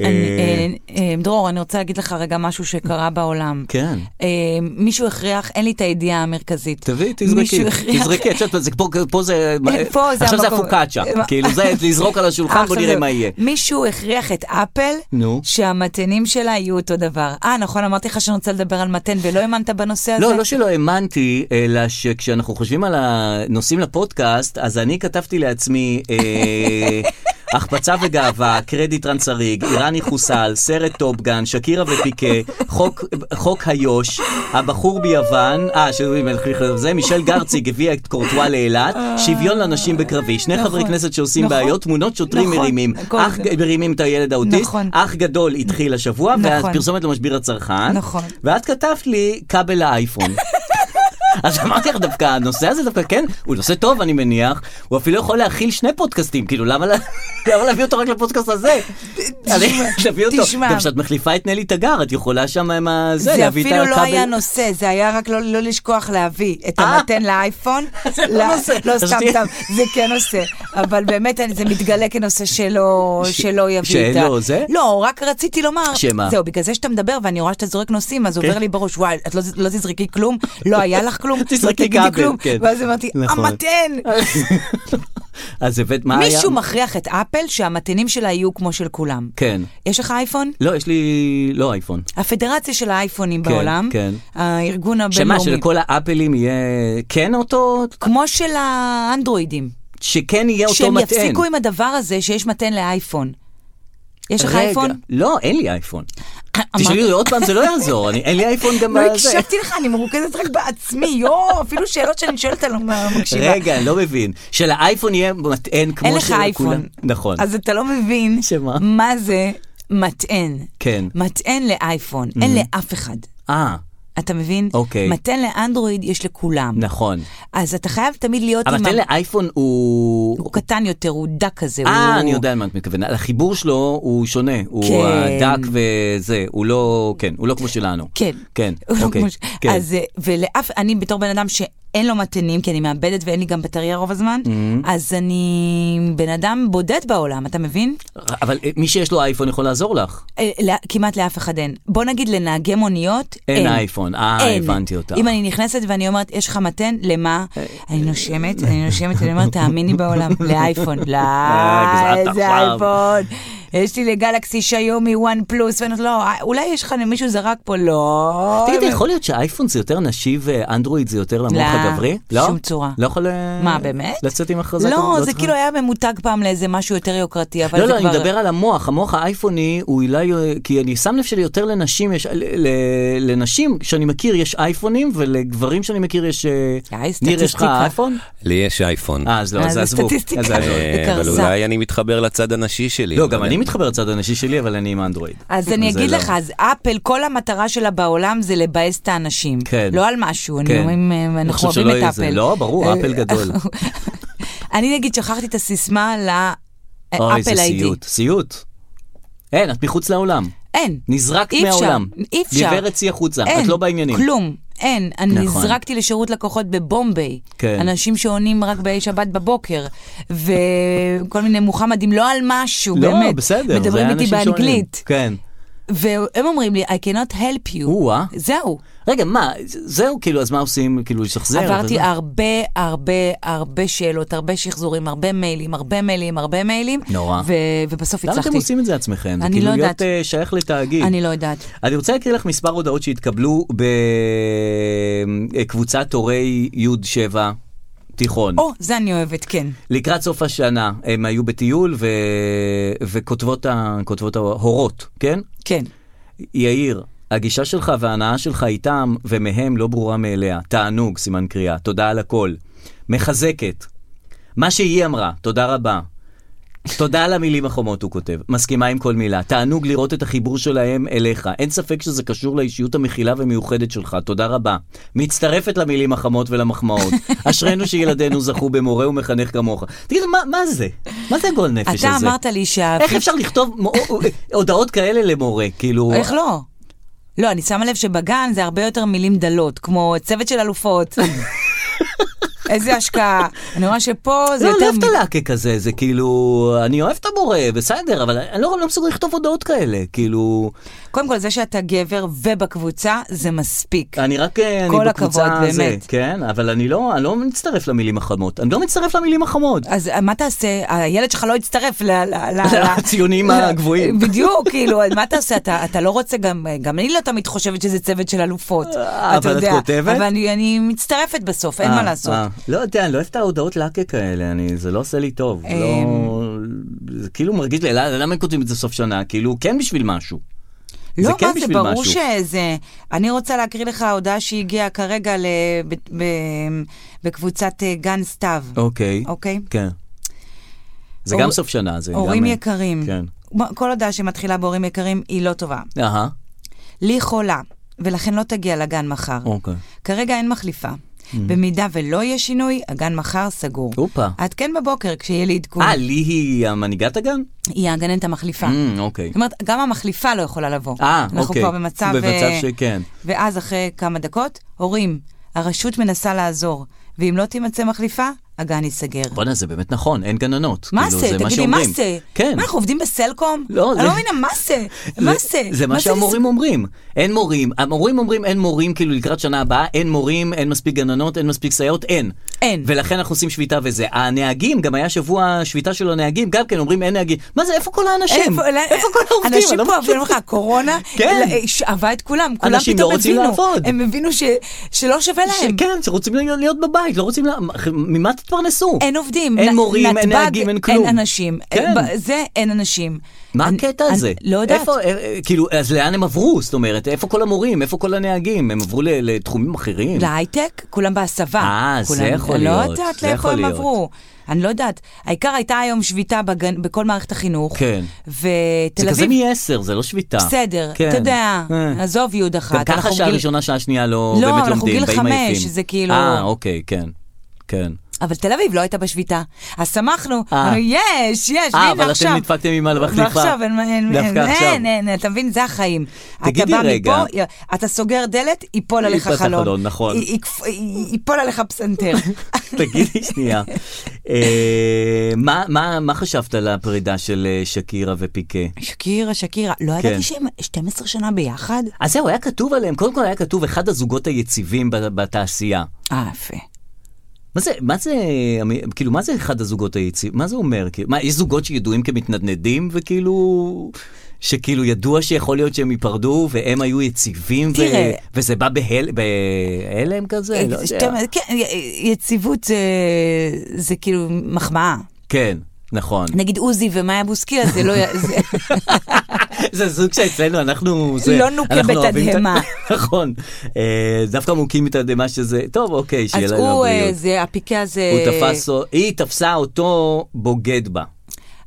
C: אני-
B: אה,
C: אה, אה, דרור, אני רוצה להגיד לך רגע משהו שקרה בעולם.
B: כן.
C: אה, מישהו הכריח, אין לי את הידיעה המרכזית.
B: תביאי, תזרקי,
C: מישהו הכריח- אה, כן,
B: תזרקי, את יודעת, זה פה- פה זה,
C: פה זה
B: עכשיו זה
C: המקום. אה,
B: הפוקאצ'ה,
C: מה?
B: כאילו זה לזרוק על השולחן, בוא
C: עכשיו
B: נראה
C: זהו.
B: מה יהיה.
C: מישהו הכריח את אפל,
B: נו.
C: שהמתנים שלה יהיו אותו דבר. אה, נכון, אמרתי לך שאני רוצה לדבר על מתן ולא האמנת בנושא הזה?
B: לא, לא שלא האמנתי, אלא שכשאנחנו חושבים על הנושאים לפודקאסט, אז אני כתבתי לעצמי, אה, החפצה וגאווה, קרדיט רנסריג, איראני חוסל, סרט טופגן, שקירה ופיקה, חוק- חוק היוש, הבחור ביוון, אה, ש- זה מישל גרציג הביא את קורטואה לאילת, שוויון לנשים בקרבי, שני חברי כנסת שעושים
C: אה, נכון.
B: בעיות, תמונות שוטרים
C: נכון,
B: מרימים,
C: כל
B: אח
C: זה.
B: מרימים את הילד האוטיסט,
C: נכון.
B: אח גדול התחיל השבוע,
C: נכון.
B: והפרסומת למשביר הצרכן,
C: נכון.
B: ואת כתבת לי כבל לאייפון. אז אמרתי לך דווקא, הנושא הזה דווקא כן, הוא נושא טוב אני מניח, הוא אפילו יכול להכיל שני פודקאסטים, כאילו למה לה- למה להביא אותו רק לפודקאסט הזה? תביא אותו,
C: תשמע.
B: גם כשאת מחליפה את נלי תגר, את יכולה שם עם ה- זה,
C: זה
B: להביא את
C: אפילו לא
B: הכבל-
C: היה נושא, זה היה רק לא, לא לשכוח להביא את
B: אה.
C: המתן לאייפון.
B: זה לא
C: לא-
B: נושא.
C: לא
B: אז
C: סתם,
B: תהיה-
C: סתם, זה כן נושא. אבל באמת אני- זה מתגלה כנושא שלא,
B: ש-
C: שלא יביא
B: שאין
C: איתה.
B: לו זה?
C: לא, רק רציתי לומר,
B: שמה? אוקיי.
C: זהו, בגלל זה שאתה מדבר ואני רואה שאתה זורק נושאים, אז עובר לי בראש, וואי, את לא, לא תזרקי כלום? לא היה לך כלום.
B: תזרקי
C: לא תגידי
B: כבל,
C: כלום.
B: כן.
C: ואז אמרתי,
B: נכון.
C: המתן!
B: אז הבאת, מה היה?
C: מישהו מכריח את אפל שהמתנים שלה יהיו כמו של כולם.
B: כן.
C: יש לך אייפון?
B: לא, יש לי לא אייפון.
C: הפדרציה של האייפונים
B: כן,
C: בעולם,
B: כן.
C: הארגון
B: שמה,
C: הבינלאומי,
B: שלכל האפלים יהיה כן אותו?
C: כמו של האנדרואידים,
B: שכן יהיה אותו
C: שהם
B: מטען.
C: יפסיקו עם הדבר הזה שיש מתן לאייפון. יש לך
B: רגע,
C: אייפון?
B: לא, אין לי אייפון.
C: אמרתי-
B: תשאלי לי עוד פעם, זה לא יעזור, אני- אין לי אייפון גם
C: לא
B: בזה.
C: הקשבתי לך, אני מרוכזת רק בעצמי, יואו, אפילו שאלות שאני שואלת אני לא מקשיבה.
B: רגע, אני לא מבין. שלאייפון יהיה מטען כמו
C: אין לך
B: של כולם.
C: אייפון.
B: נכון.
C: אז אתה לא מבין
B: שמה?
C: מה זה מטען.
B: כן.
C: מטען לאייפון, אין לאף אחד.
B: אה,
C: אתה מבין?
B: אוקיי.
C: מתן לאנדרואיד יש לכולם.
B: נכון.
C: אז אתה חייב תמיד להיות
B: אבל
C: עם...
B: מטען
C: ה-
B: לאייפון הוא...
C: הוא קטן יותר, הוא דק כזה.
B: אה,
C: הוא-
B: אני יודע על מה את מתכוונת. החיבור שלו הוא שונה. הוא
C: כן.
B: הדק וזה, הוא לא... כן, הוא לא כמו שלנו.
C: כן.
B: כן,
C: הוא
B: אוקיי.
C: כמו ש-
B: כן.
C: אז, אה, ולאף, אני בתור בן אדם שאין לו מתנים, כי אני מאבדת ואין לי גם בטריה רוב הזמן,
B: Mm-hmm.
C: אז אני בן אדם בודד בעולם, אתה מבין?
B: אבל אה, מי שיש לו אייפון יכול לעזור לך.
C: אה, לא- כמעט לאף אחד אין. בוא נגיד לנהגי מוניות,
B: אין
C: אין.
B: אייפון. אה,
C: אין.
B: הבנתי אה, אותך.
C: אם אני נכנסת ואני אומרת, יש לך מתן, למה? אני נושמת, אני נושמת, אני אומרת, תאמיני בעולם, לאייפון. לא,
B: אה, גזעת
C: איזה
B: עכשיו.
C: אייפון. יש לי לגלקסי שיומי, וואן פלוס, ואני אומרת, לא, אולי יש לך, מישהו זרק פה, לא.
B: תגידי, יכול להיות שאייפון זה יותר נשי ואנדרואיד זה יותר למוח
C: לא,
B: הגברי?
C: שום צורה.
B: לא יכול אה,
C: מה, באמת?
B: לצאת עם אה? הכרזה כזאת?
C: לא, זה
B: צריכה?
C: כאילו היה ממותג פעם לאיזה משהו יותר יוקרתי, אבל
B: לא,
C: זה
B: לא, אני
C: כבר-
B: מדבר על המוח, המוח האייפוני הוא אולי, אה, כי אני שם לב שליותר לנשים יש, ל- ל- לנשים שאני מכיר יש אייפונים ולגברים שאני מכיר יש, אה,
C: די,
B: ניר יש לך
C: סטטיסטיקה.
B: אייפון?
D: לי יש אייפון.
B: אה, אז לא,
C: אה,
B: אז
C: זה
B: עזבו,
C: סטטיסטיקה.
B: אז עזבו. כן,
D: אה, אבל
C: בקרסה.
D: אולי אני מתחבר לצד הנשי שלי.
B: לא,
D: יודע.
B: גם אני מתחבר לצד הנשי שלי, אבל אני עם אנדרואיד.
C: אז אני
B: זה
C: אגיד
B: לא.
C: לך, אז אפל, כל המטרה שלה בעולם זה לבאס את האנשים.
B: כן.
C: לא על משהו, אני
B: כן.
C: אומרים, אה,
B: אני
C: אנחנו
B: חושב
C: אוהבים
B: שלא
C: את
B: יהיה זה.
C: אפל. אה,
B: לא, ברור, אפל גדול.
C: אני נגיד שכחתי את הסיסמה
B: אוי, זה
C: לאפל איי-די.
B: סיוט, סיוט. אין, את מחוץ לעולם.
C: אין.
B: נזרקת
C: אי אפשר,
B: מהעולם.
C: אי אפשר.
B: גברת צאי החוצה,
C: אין,
B: את לא בעניינים.
C: כלום, אין. אני
B: נכון.
C: נזרקתי לשירות לקוחות בבומביי.
B: כן.
C: אנשים שעונים רק בשבת בבוקר, וכל מיני מוחמדים, לא על משהו, באמת.
B: לא, בסדר, זה
C: מדברים איתי
B: אנשים שעונים.
C: באנגלית.
B: כן.
C: והם אומרים לי, I cannot help you.
B: או-אה.
C: זהו.
B: רגע, מה, זהו, כאילו, אז מה עושים? כאילו, לשחזר?
C: עברתי
B: וזה?
C: הרבה, הרבה, הרבה שאלות, הרבה שחזורים, הרבה מיילים, הרבה מיילים, הרבה מיילים.
B: נורא.
C: ו- ובסוף
B: למה אתם
C: הצלחתי.
B: עושים את זה עצמכם?
C: אני
B: זה
C: לא
B: כאילו להיות
C: יודעת.
B: אה, שייך לתאגיד.
C: אני לא יודעת.
B: אני רוצה להקריא לך מספר הודעות שהתקבלו בקבוצת הורי י' 7 תיכון.
C: או, זה אני אוהבת, כן.
B: לקראת סוף השנה הם היו בטיול ו... וכותבות ה... כותבות ההורות, כן?
C: כן.
B: יאיר, הגישה שלך וההנאה שלך איתם ומהם לא ברורה מאליה. תענוג, סימן קריאה. תודה על הכל. מחזקת. מה שהיא אמרה, תודה רבה. תודה על המילים החומות, הוא כותב. מסכימה עם כל מילה. תענוג לראות את החיבור שלהם אליך. אין ספק שזה קשור לאישיות המכילה והמיוחדת שלך. תודה רבה. מצטרפת למילים החמות ולמחמאות. אשרינו שילדינו זכו במורה ומחנך כמוך. תגיד, מה, מה זה? מה זה הגול נפש הזה?
C: אתה אמרת לי שה...
B: איך אפשר לכתוב מו- הודעות כאלה למורה? כאילו...
C: איך לא? לא, אני שמה לב שבגן זה הרבה יותר מילים דלות, כמו צוות של אלופות. איזה השקעה. אני רואה שפה זה
B: לא,
C: יותר...
B: אני אוהב את
C: מ-
B: הלהקה כזה, זה כאילו, אני אוהב את המורה, בסדר, אבל אני לא לא מסוגל לכתוב הודעות כאלה, כאילו,
C: קודם כל, זה שאתה גבר ובקבוצה, זה מספיק.
B: אני רק, אה,
C: כל
B: אני בקבוצה
C: הכבוד,
B: הזה,
C: באמת.
B: כן, אבל אני לא, אני לא מצטרף למילים החמות, אני לא מצטרף למילים החמות.
C: אז אה, מה תעשה? הילד שלך לא יצטרף ל... ל- ל- ל-
B: לציונים
C: ל-
B: הגבוהים.
C: בדיוק, כאילו, אז מה תעשה? אתה אתה לא רוצה גם... גם אני לא תמיד חושבת שזה צוות של אלופות.
B: אה,
C: אתה
B: אבל את
C: יודע.
B: כותבת?
C: אבל אני אני מצטרפת בסוף, אין
B: אה,
C: מה לעשות.
B: אה, לא יודע, אני לא אוהב את ההודעות לקה כאלה, אני, זה לא עושה לי טוב, לא,
C: אמ.
B: זה כאילו מרגיש לי, "למה- למה הם כותבים את זה סוף שנה, כאילו, כן בשביל משהו.
C: לא,
B: זה כן
C: מה זה,
B: בשביל
C: ברור
B: משהו.
C: שזה... אני רוצה להקריא לך הודעה שהגיעה כרגע ל... ב... ב... בקבוצת אה, גן סתיו,
B: אוקיי,
C: אוקיי?
B: כן. זה
C: הור-
B: גם סוף שנה, זה גם...
C: הורים
B: אה,
C: יקרים.
B: כן.
C: בוא, כל הודעה שמתחילה בהורים יקרים היא לא טובה.
B: אהה,
C: לי חולה, ולכן לא תגיע לגן מחר.
B: אוקיי.
C: כרגע אין מחליפה. במידה ולא יהיה שינוי, הגן מחר סגור.
B: Mm. הופה.
C: עדכן בבוקר כשיהיה לי עדכון.
B: אה, לי היא המנהיגת הגן?
C: היא הגננת המחליפה.
B: אמ, אוקיי.
C: זאת אומרת, גם המחליפה לא יכולה לבוא.
B: אה,
C: אנחנו
B: אוקיי.
C: כבר במצב...
B: במצב
C: אה,
B: שכן.
C: ואז אחרי כמה דקות, הורים, הרשות מנסה לעזור, ואם לא תימצא מחליפה, הגן ייסגר.
B: בואנה, זה באמת נכון, אין גננות.
C: מה
B: כאילו,
C: זה? תגידי, מה
B: שאומרים.
C: זה?
B: כן.
C: מה, אנחנו עובדים בסלקום?
B: לא,
C: אני
B: זה-
C: לא מבינה, מה זה? מה זה?
B: זה מה
C: לס-
B: שהמורים אומרים. אין מורים, המורים אומרים אין מורים, כאילו לקראת שנה הבאה, אין מורים, אין מספיק גננות, אין מספיק סייעות, אין.
C: אין.
B: ולכן אנחנו עושים שביתה וזה. הנהגים, גם היה שבוע שביתה של הנהגים, גם כן אומרים אין נהגים. מה זה, איפה כל האנשים?
C: איפה אה,
B: איפה כל העובדים?
C: אנשים
B: אני לא
C: פה,
B: מבין.
C: אבל אני אומר לך, הקורונה
B: כן.
C: לה- אה, שאבה את כולם, כולם
B: אנשים לא
C: פתאום
B: רוצים
C: הבינו,
B: לעבוד. כן.
C: הם הבינו ש- שלא שווה להם,
B: שכן, שרוצים להיות להיות בבית, לא רוצים... לה- ממה תתפרנסו?
C: אין עובדים,
B: אין
C: נ-
B: מורים, אין
C: נתב"ג,
B: נהגים, אין כלום.
C: אין אנשים,
B: כן.
C: ב- זה אין אנשים.
B: מה
C: אני-
B: הקטע
C: אני-
B: הזה?
C: לא יודעת.
B: איפה, אה, אה, כאילו, אז לאן הם עברו? זאת אומרת, איפה כל המורים? איפה כל הנהגים? הם עברו ל- לתחומים אחרים?
C: להייטק, כולם בהסבה.
B: כן. אה, זה
C: כולם-
B: יכול
C: אני
B: להיות,
C: לא יודעת
B: זה
C: לאיפה
B: יכול
C: הם
B: להיות.
C: עברו. אני לא יודעת. העיקר הייתה היום שביתה בגן- בכל מערכת החינוך.
B: כן.
C: ותל
B: זה כזה
C: אביב,
B: מ-10, זה לא שביתה.
C: בסדר,
B: כן.
C: אתה יודע,
B: אה.
C: עזוב יוד אחת.
B: גם ככה
C: אנחנו
B: שעה
C: גיל-
B: ראשונה, שעה שנייה לא
C: לא,
B: באמת
C: אנחנו
B: לומדים,
C: גיל
B: באים
C: חמש,
B: עייפים.
C: זה כאילו-
B: אה, אוקיי, כן, כן.
C: אבל תל אביב לא הייתה בשביתה. אז שמחנו,
B: אה.
C: אמרנו, יש, יש,
B: אה,
C: והנה
B: אבל
C: עכשיו.
B: אתם נדפקתם עם המחליפה.
C: ועכשיו אין, אין, אין,
B: דווקא עכשיו.
C: אין, אין, אתה מבין, זה החיים.
B: תגידי
C: אתה בא
B: רגע.
C: מפה, י- אתה סוגר דלת, ייפול עליך
B: ייפתח
C: חלון.
B: חלון, נכון.
C: י- יקפ- י- ייפול עליך פסנתר.
B: תגידי שנייה, אה, מה- מה מה חשבת על הפרידה של אה, שקירה ופיקה?
C: שקירה, שקירה, לא
B: כן.
C: ידעתי שהם 12 שנה ביחד?
B: אז זהו, היה כתוב עליהם, קודם כל היה כתוב אחד הזוגות היציבים ב- בתעשייה.
C: אה, יפה.
B: מה זה, מה זה, אמי- כאילו, מה זה אחד הזוגות היציבים? מה זה אומר? כאילו, מה, יש זוגות שידועים כמתנדנדים וכאילו... שכאילו ידוע שיכול להיות שהם ייפרדו והם היו יציבים ו-
C: תראה.
B: וזה בא בהל- בהלם כזה? לא
C: שתי-
B: יודע.
C: כן, י- יציבות זה- זה כאילו מחמאה.
B: כן, נכון.
C: נגיד עוזי ומאיה בוסקילה זה לא... י- זה-
B: זה זוג שאצלנו, אנחנו... זה,
C: לא נוקה
B: אנחנו אוהבים את ה-
C: בתדהמה.
B: נכון. אה, דווקא מוכים מתדהמה שזה, טוב, אוקיי, שיהיה
C: אז
B: להם
C: הוא, אה,
B: הבריאות.
C: זה, הפיקה זה...
B: הוא תפס, או- היא תפסה אותו בוגד בה.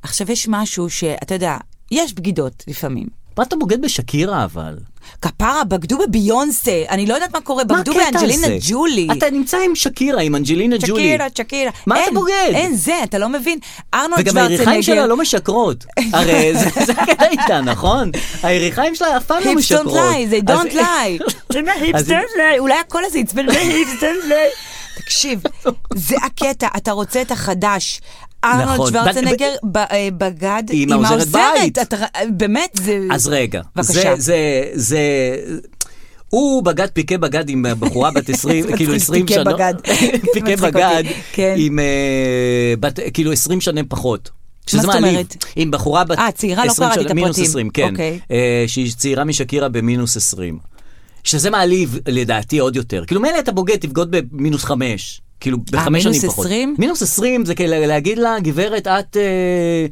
C: עכשיו, יש משהו שאתה יודע, יש בגידות לפעמים.
B: מה אתה בוגד בשקירה אבל?
C: כפרה, בגדו בביונסה, אני לא יודעת מה קורה,
B: מה
C: בגדו
B: הקטע
C: באנג'לינה
B: הזה?
C: ג'ולי.
B: אתה נמצא עם שקירה, עם אנג'לינה ג'ולי.
C: צ'קירה, צ'קירה.
B: מה אתה
C: אין,
B: בוגד?
C: אין זה, אתה לא מבין. ארנולד
B: וגם היריחיים שלה
C: שוורצנגר,
B: לא משקרות. הרי זה זה הקטע איתה, נכון? היריחיים שלה אף פעם לא
C: היפס
B: משקרות.
C: דונט ליי, זה
B: אז- לא.
C: דונט ליי.
B: אז-
C: אולי הקול הזה עצבן היפס דונט ליי. תקשיב, זה הקטע, אתה רוצה את החדש. ארנולד
B: נכון.
C: שוורצנגר ב- אה, בגד
B: עם
C: עם
B: העוזרת בית.
C: העוזרת. אתה- אה, באמת, זה...
B: אז רגע.
C: בבקשה.
B: זה, זה, זה... הוא בגד פיקה בגד עם בחורה בת 20, כאילו 20
C: פיקה
B: שנה,
C: בגד.
B: פיקה
C: מצחיק אותי.
B: בגד,
C: כן.
B: עם אה, בת, כאילו 20 שנה פחות. שזה
C: מה זאת
B: מעליב.
C: אומרת?
B: עם בחורה בת
C: אה, צעירה? לא
B: 20
C: קראתי
B: שנה-
C: את הפרטים.
B: מינוס 20, כן.
C: אוקיי.
B: אה, שהיא צעירה משקירה במינוס 20. שזה מעליב לדעתי עוד יותר. כאילו מילא אתה בוגד, תבגוד במינוס 5. כאילו בחמש
C: אה, מינוס
B: שנים פחות.
C: 20?
B: מינוס 20 זה כאילו להגיד לה, גברת, את... אה,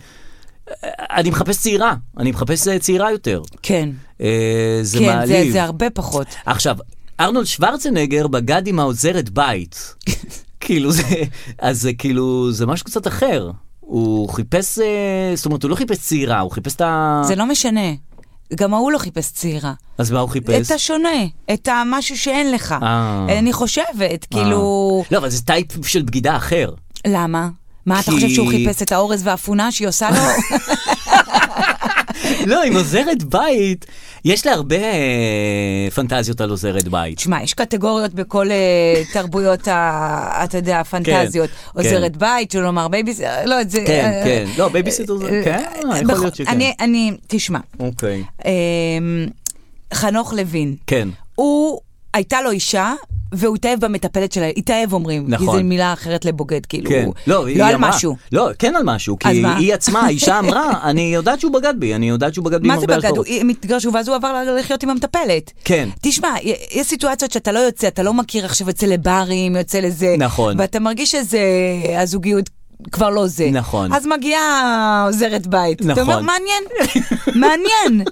B: אני מחפש צעירה, אני מחפש אה, צעירה יותר.
C: כן,
B: אה, זה
C: כן, זה-
B: מעליב. אה.
C: זה הרבה פחות.
B: עכשיו, ארנולד שוורצנגר בגד עם העוזרת בית. כאילו זה, אז זה כאילו, זה משהו קצת אחר. הוא חיפש, אה, זאת אומרת, הוא לא חיפש צעירה, הוא חיפש את ה...
C: זה לא משנה. גם ההוא לא חיפש צעירה.
B: אז מה הוא חיפש?
C: את השונה, את המשהו שאין לך.
B: אה.
C: אני חושבת, כאילו...
B: לא, אבל זה טייפ של בגידה אחר.
C: למה? מה, אתה
B: אה. כי-
C: חושב שהוא חיפש את האורז והאפונה שהיא עושה לו?
B: לא, עם עוזרת בית, יש לה הרבה אה, פנטזיות על עוזרת בית.
C: תשמע, יש קטגוריות בכל אה, תרבויות, ה- אתה יודע, הפנטזיות.
B: כן.
C: עוזרת בית, שלא לומר בייביס... לא, זה...
B: כן,
C: אה,
B: כן. לא, בייביסיטר זה-
C: אה,
B: כן,
C: אה,
B: יכול
C: בכל-
B: להיות שכן.
C: אני- אני, תשמע,
B: אוקיי.
C: אה, חנוך לוין,
B: כן.
C: הוא, הייתה לו אישה, והוא התאהב במטפלת שלה, התאהב אומרים,
B: נכון.
C: כי זו מילה אחרת לבוגד, כאילו,
B: כן.
C: לא,
B: היא
C: לא על
B: אמרה-
C: משהו.
B: לא, כן על משהו, כי
C: אז מה?
B: היא עצמה, האישה אמרה, אני יודעת שהוא בגד בי, אני יודעת שהוא בגד בי עם
C: מה זה
B: הרבה
C: בגד?
B: השלכות."
C: הוא- הם התגרשו ואז הוא עבר לחיות עם המטפלת.
B: כן.
C: תשמע, י- יש סיטואציות שאתה לא יוצא, אתה לא מכיר עכשיו, יוצא לברים, יוצא לזה.
B: נכון.
C: ואתה מרגיש שזה, הזוגיות כבר לא זה.
B: נכון.
C: אז מגיעה עוזרת בית. אתה אומר,
B: נכון.
C: מעניין, מעניין,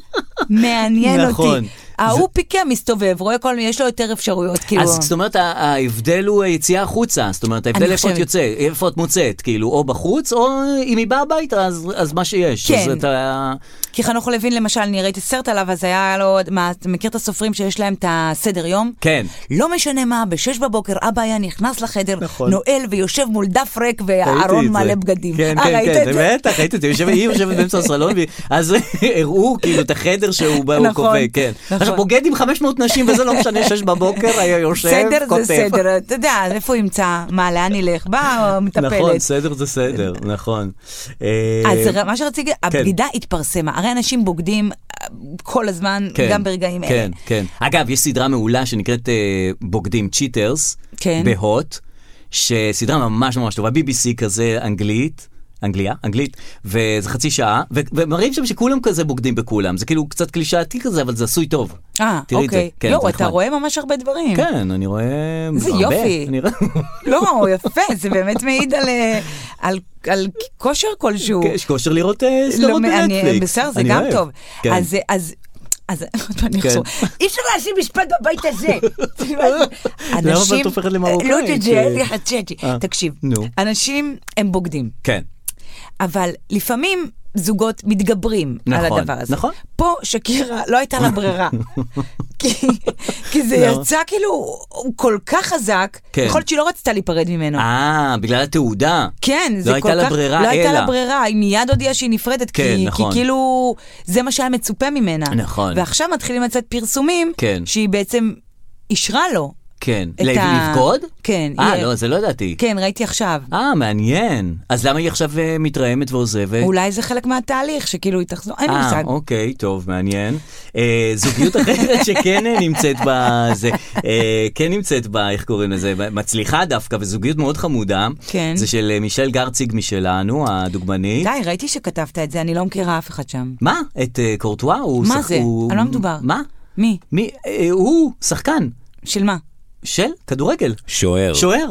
C: מעניין
B: נכון.
C: אותי. ההוא פיקה מסתובב, רואה כל מיני, יש לו יותר אפשרויות, כאילו.
B: אז זאת אומרת, ה- ההבדל הוא היציאה החוצה, זאת אומרת, ההבדל
C: אני
B: איפה את
C: חושבת.
B: יוצאת, איפה את מוצאת, כאילו, או בחוץ, או אם היא באה הביתה, אז, אז מה שיש.
C: כן.
B: אז אתה...
C: כי חנוך לוין, למשל, אני ראיתי סרט עליו, אז היה לו, מה, אתה מכיר את הסופרים שיש להם את הסדר יום?
B: כן.
C: לא משנה מה, בשש בבוקר אבא היה נכנס לחדר,
B: נכון.
C: נועל ויושב מול דף ריק וארון מלא בגדים.
B: כן,
C: אה,
B: כן,
C: ראית
B: כן,
C: את זה?
B: בטח, ראית את זה, יושבת- היא יושבת באמצע הסלון, והיא- אז הראו כאילו את החדר שהוא בא, הוא
C: נכון,
B: קובע, כן.
C: נכון.
B: עכשיו עכשיו בוגד עם 500 נשים וזה לא משנה שש בבוקר, היה יושב,
C: סדר
B: כותב.
C: זה סדר, אתה יודע, איפה הוא ימצא? מה, לאן ילך? באה
B: נכון,
C: המטפלת.
B: סדר זה סדר, נכון. אה,
C: אז מה שרציתי, הבגידה התפרסמה, הרי אנשים בוגדים אה, כל הזמן,
B: כן,
C: גם ברגעים אלה.
B: כן, כן. אגב, יש סדרה מעולה שנקראת אה, בוגדים צ'יטרס,
C: כן.
B: בהוט, שסדרה ממש ממש טובה, BBC כזה אנגלית. אנגליה, אנגלית, וזה חצי שעה, ו- ומראים שם שכולם כזה בוגדים בכולם, זה כאילו קצת קלישאתי כזה, אבל זה עשוי טוב.
C: אה,
B: תראי את זה,
C: אוקיי.
B: כן, זה
C: יואו,
B: נחמד.
C: אתה רואה ממש הרבה דברים.
B: כן, אני רואה
C: איזה
B: הרבה.
C: יופי.
B: אני רואה...
C: לא, יפה, זה באמת מעיד על, אה, על, על כושר כלשהו.
B: יש כושר לראות אה,
C: לא,
B: סדרות
C: אני,
B: בנטפליקס.
C: בסדר, זה
B: אני
C: גם
B: אוהב.
C: טוב.
B: כן.
C: אז, אה, אז, אז, עוד פעם אני
B: כן.
C: אחזור. אי אפשר להשאיר משפט בבית הזה.
B: למה
C: אנשים-
B: ואת הופכת למרוקאית?
C: לא יודעת,
B: אה,
C: זה חצ'צ'י.
B: אה,
C: תקשיב,
B: נו.
C: אנשים הם בוגדים,
B: כן,
C: אבל לפעמים זוגות מתגברים על
B: נכון,
C: הדבר הזה.
B: נכון.
C: פה שקירה לא הייתה לה ברירה. כי, כי זה
B: לא.
C: יצא כאילו הוא כל כך חזק,
B: כן.
C: יכול להיות שהיא לא רצתה להיפרד ממנו.
B: אה, בגלל התעודה.
C: כן,
B: לא
C: זה
B: הייתה
C: כל
B: לה
C: כך...
B: ברירה,
C: לא הייתה לה
B: אלא.
C: ברירה, היא מיד הודיעה שהיא נפרדת,
B: כן,
C: כי,
B: נכון.
C: כי כאילו, זה מה שהיה מצופה ממנה.
B: נכון.
C: ועכשיו מתחילים לצאת פרסומים,
B: כן.
C: שהיא בעצם אישרה לו.
B: כן.
C: את
B: לב-
C: ה-
B: לבגוד?
C: כן,
B: אה,
C: היא-
B: לא, זה לא ידעתי.
C: כן, ראיתי עכשיו.
B: אה, מעניין. אז למה היא עכשיו אה, מתרעמת ועוזבת?
C: אולי זה חלק מהתהליך, שכאילו היא תחזור, אין לי
B: אה,
C: מושג.
B: אוקיי, טוב, מעניין. אה, זוגיות אחרת שכן אה, נמצאת בזה, אה, כן נמצאת ב... איך קוראים לזה? ב- מצליחה דווקא, וזוגיות מאוד חמודה.
C: כן.
B: זה של אה, מישל גרציג משלנו, הדוגמנית.
C: די, ראיתי שכתבת את זה, אני לא מכירה אף אחד שם.
B: מה? את אה, קורטואה? הוא
C: מה
B: שח-
C: זה?
B: הוא-
C: על מה מדובר?
B: מה?
C: מי?
B: מי? אה, הוא שחקן
C: של מה?
B: של כדורגל.
D: שוער,
B: שוער.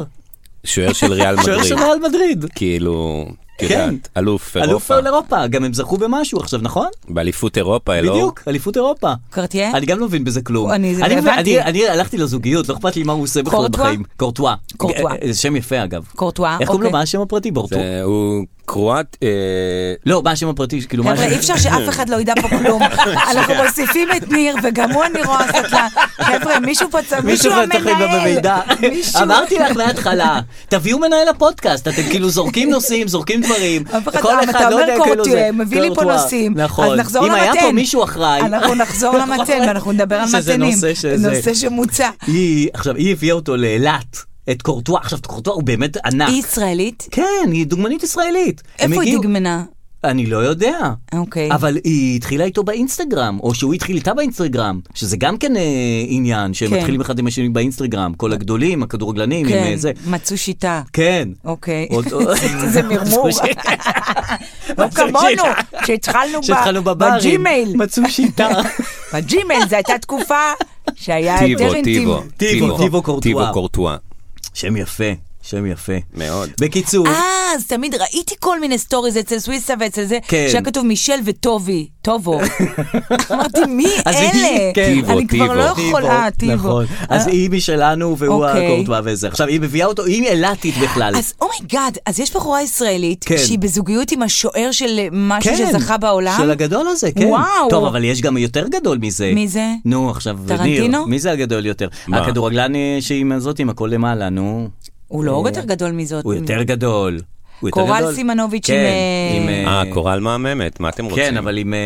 D: שוער של ריאל
B: שוער של
D: מדריד.
B: ריאל מדריד.
D: כאילו, את יודעת, אלוף
B: אלוף
D: אירופה.
B: אירופה, גם הם זכו במשהו עכשיו, נכון?
D: באליפות אירופה, לא?
B: בדיוק, אליפות אירופה.
C: קרטייה?
B: אני גם לא מבין בזה כלום.
C: אה? אני- זה
B: אני-
C: הבנתי.
B: אני- אני הלכתי לזוגיות, לא אכפת לי מה הוא עושה בכלל
C: קורטואה?
B: בחיים. קורטואה.
C: קורטואה.
B: אה, אה, זה שם יפה אגב.
C: קורטואה,
B: איך קוראים לו?
C: אוקיי.
B: מה השם הפרטי? בורטואה.
D: זה- אה, הוא קרואט... אה,
B: לא, מה השם הפרטי? כאילו מה
C: חבר'ה,
B: השם?
C: אי אפשר שאף אחד לא ידע פה כלום. אנחנו מוסיפים את ניר, וגם הוא אני רואה סטלה. חבר'ה, מישהו פה צריך, מישהו
B: כאן צריך לגעת
C: המנהל.
B: במידע.
C: מישהו-
B: אמרתי לך מההתחלה, תביאו מנהל הפודקאסט, אתם כאילו זורקים נושאים, זורקים דברים.
C: אף אחד
B: כל
C: לא-
B: אחד
C: אתה
B: לא
C: אומר
B: יודע,
C: קורטואה,
B: כאילו זה-
C: מביא לי פה
B: קורטואה.
C: נושאים.
B: נכון.
C: אז נחזור
B: אם היה פה
C: למתן.
B: מישהו אחראי. נכון.
C: אנחנו נחזור למתן, ואנחנו נדבר על
B: שזה
C: מתנים.
B: נושא שזה-
C: נושא שמוצע.
B: היא, עכשיו, היא הביאה אותו לאילת, את קורטואה. עכשיו, קורטואה הוא באמת ענק.
C: היא ישראלית?
B: כן, היא דוגמנית ישראלית. אה. הם
C: איפה היא
B: הגיעו-
C: דגמנה?
B: אני לא יודע.
C: אוקיי.
B: אבל היא התחילה איתו באינסטגרם, או שהוא התחיל איתה באינסטגרם, שזה גם כן אה, עניין, שהם
C: כן.
B: מתחילים אחד עם השני באינסטגרם, כל הגדולים, הכדורגלנים, עם
C: כן,
B: אה, זה.
C: מצאו שיטה.
B: כן.
C: אוקיי.
B: עוד-
C: זה מרמור.
B: מצאו שיטה.
C: לא
B: מצאו
C: כמונו,
B: שיטה.
C: שהתחלנו ב-
B: כשהתחלנו בברים,
C: בג'ימייל.
B: מצאו שיטה.
C: בג'ימייל, זו הייתה תקופה שהיה
D: טיבו,
C: אה, יותר אינטימי.
D: טיבו,
B: טיבו, טיבו קורטואה.
D: טיבו קורטואה.
B: שם יפה, שם יפה.
D: מאוד.
B: בקיצור,
C: אה, אז תמיד ראיתי כל מיני סטוריז אצל סוויסה ואצל זה,
B: כן.
C: שהיה כתוב מישל וטובי, טובו. אמרתי, מי
B: אז היא-
C: אלה?
B: כן.
D: טיבו,
C: אני כבר
D: טיבו.
C: לא
B: טיבו,
C: יכולה, טיבו. אה.
B: נכון. אז היא משלנו והוא
C: אוקיי.
B: הקורטואה וזה. עכשיו, היא מביאה אותו, היא אילתית בכלל.
C: אז אומייגאד, אז יש בחורה ישראלית
B: כן.
C: שהיא בזוגיות עם השוער של אה, משהו
B: כן,
C: שזכה בעולם?
B: של הגדול הזה, כן.
C: וואו.
B: טוב, אבל יש גם יותר גדול מזה.
C: מי זה?
B: נו, עכשיו, ניר.
C: טרנטינו?
B: מי זה הגדול יותר?
D: מה?
B: הכדורגלן אה, שהיא מהזאת עם הכל למעלה, נו.
C: הוא לא יותר גדול מזאת.
B: אה, הוא יותר גדול. הוא יותר
C: קורל
B: גדול.
C: סימנוביץ'
B: כן,
C: עם,
B: עם...
C: אה,
D: אה, קורל מהממת, מה אתם רוצים?
B: כן, אבל עם, אה,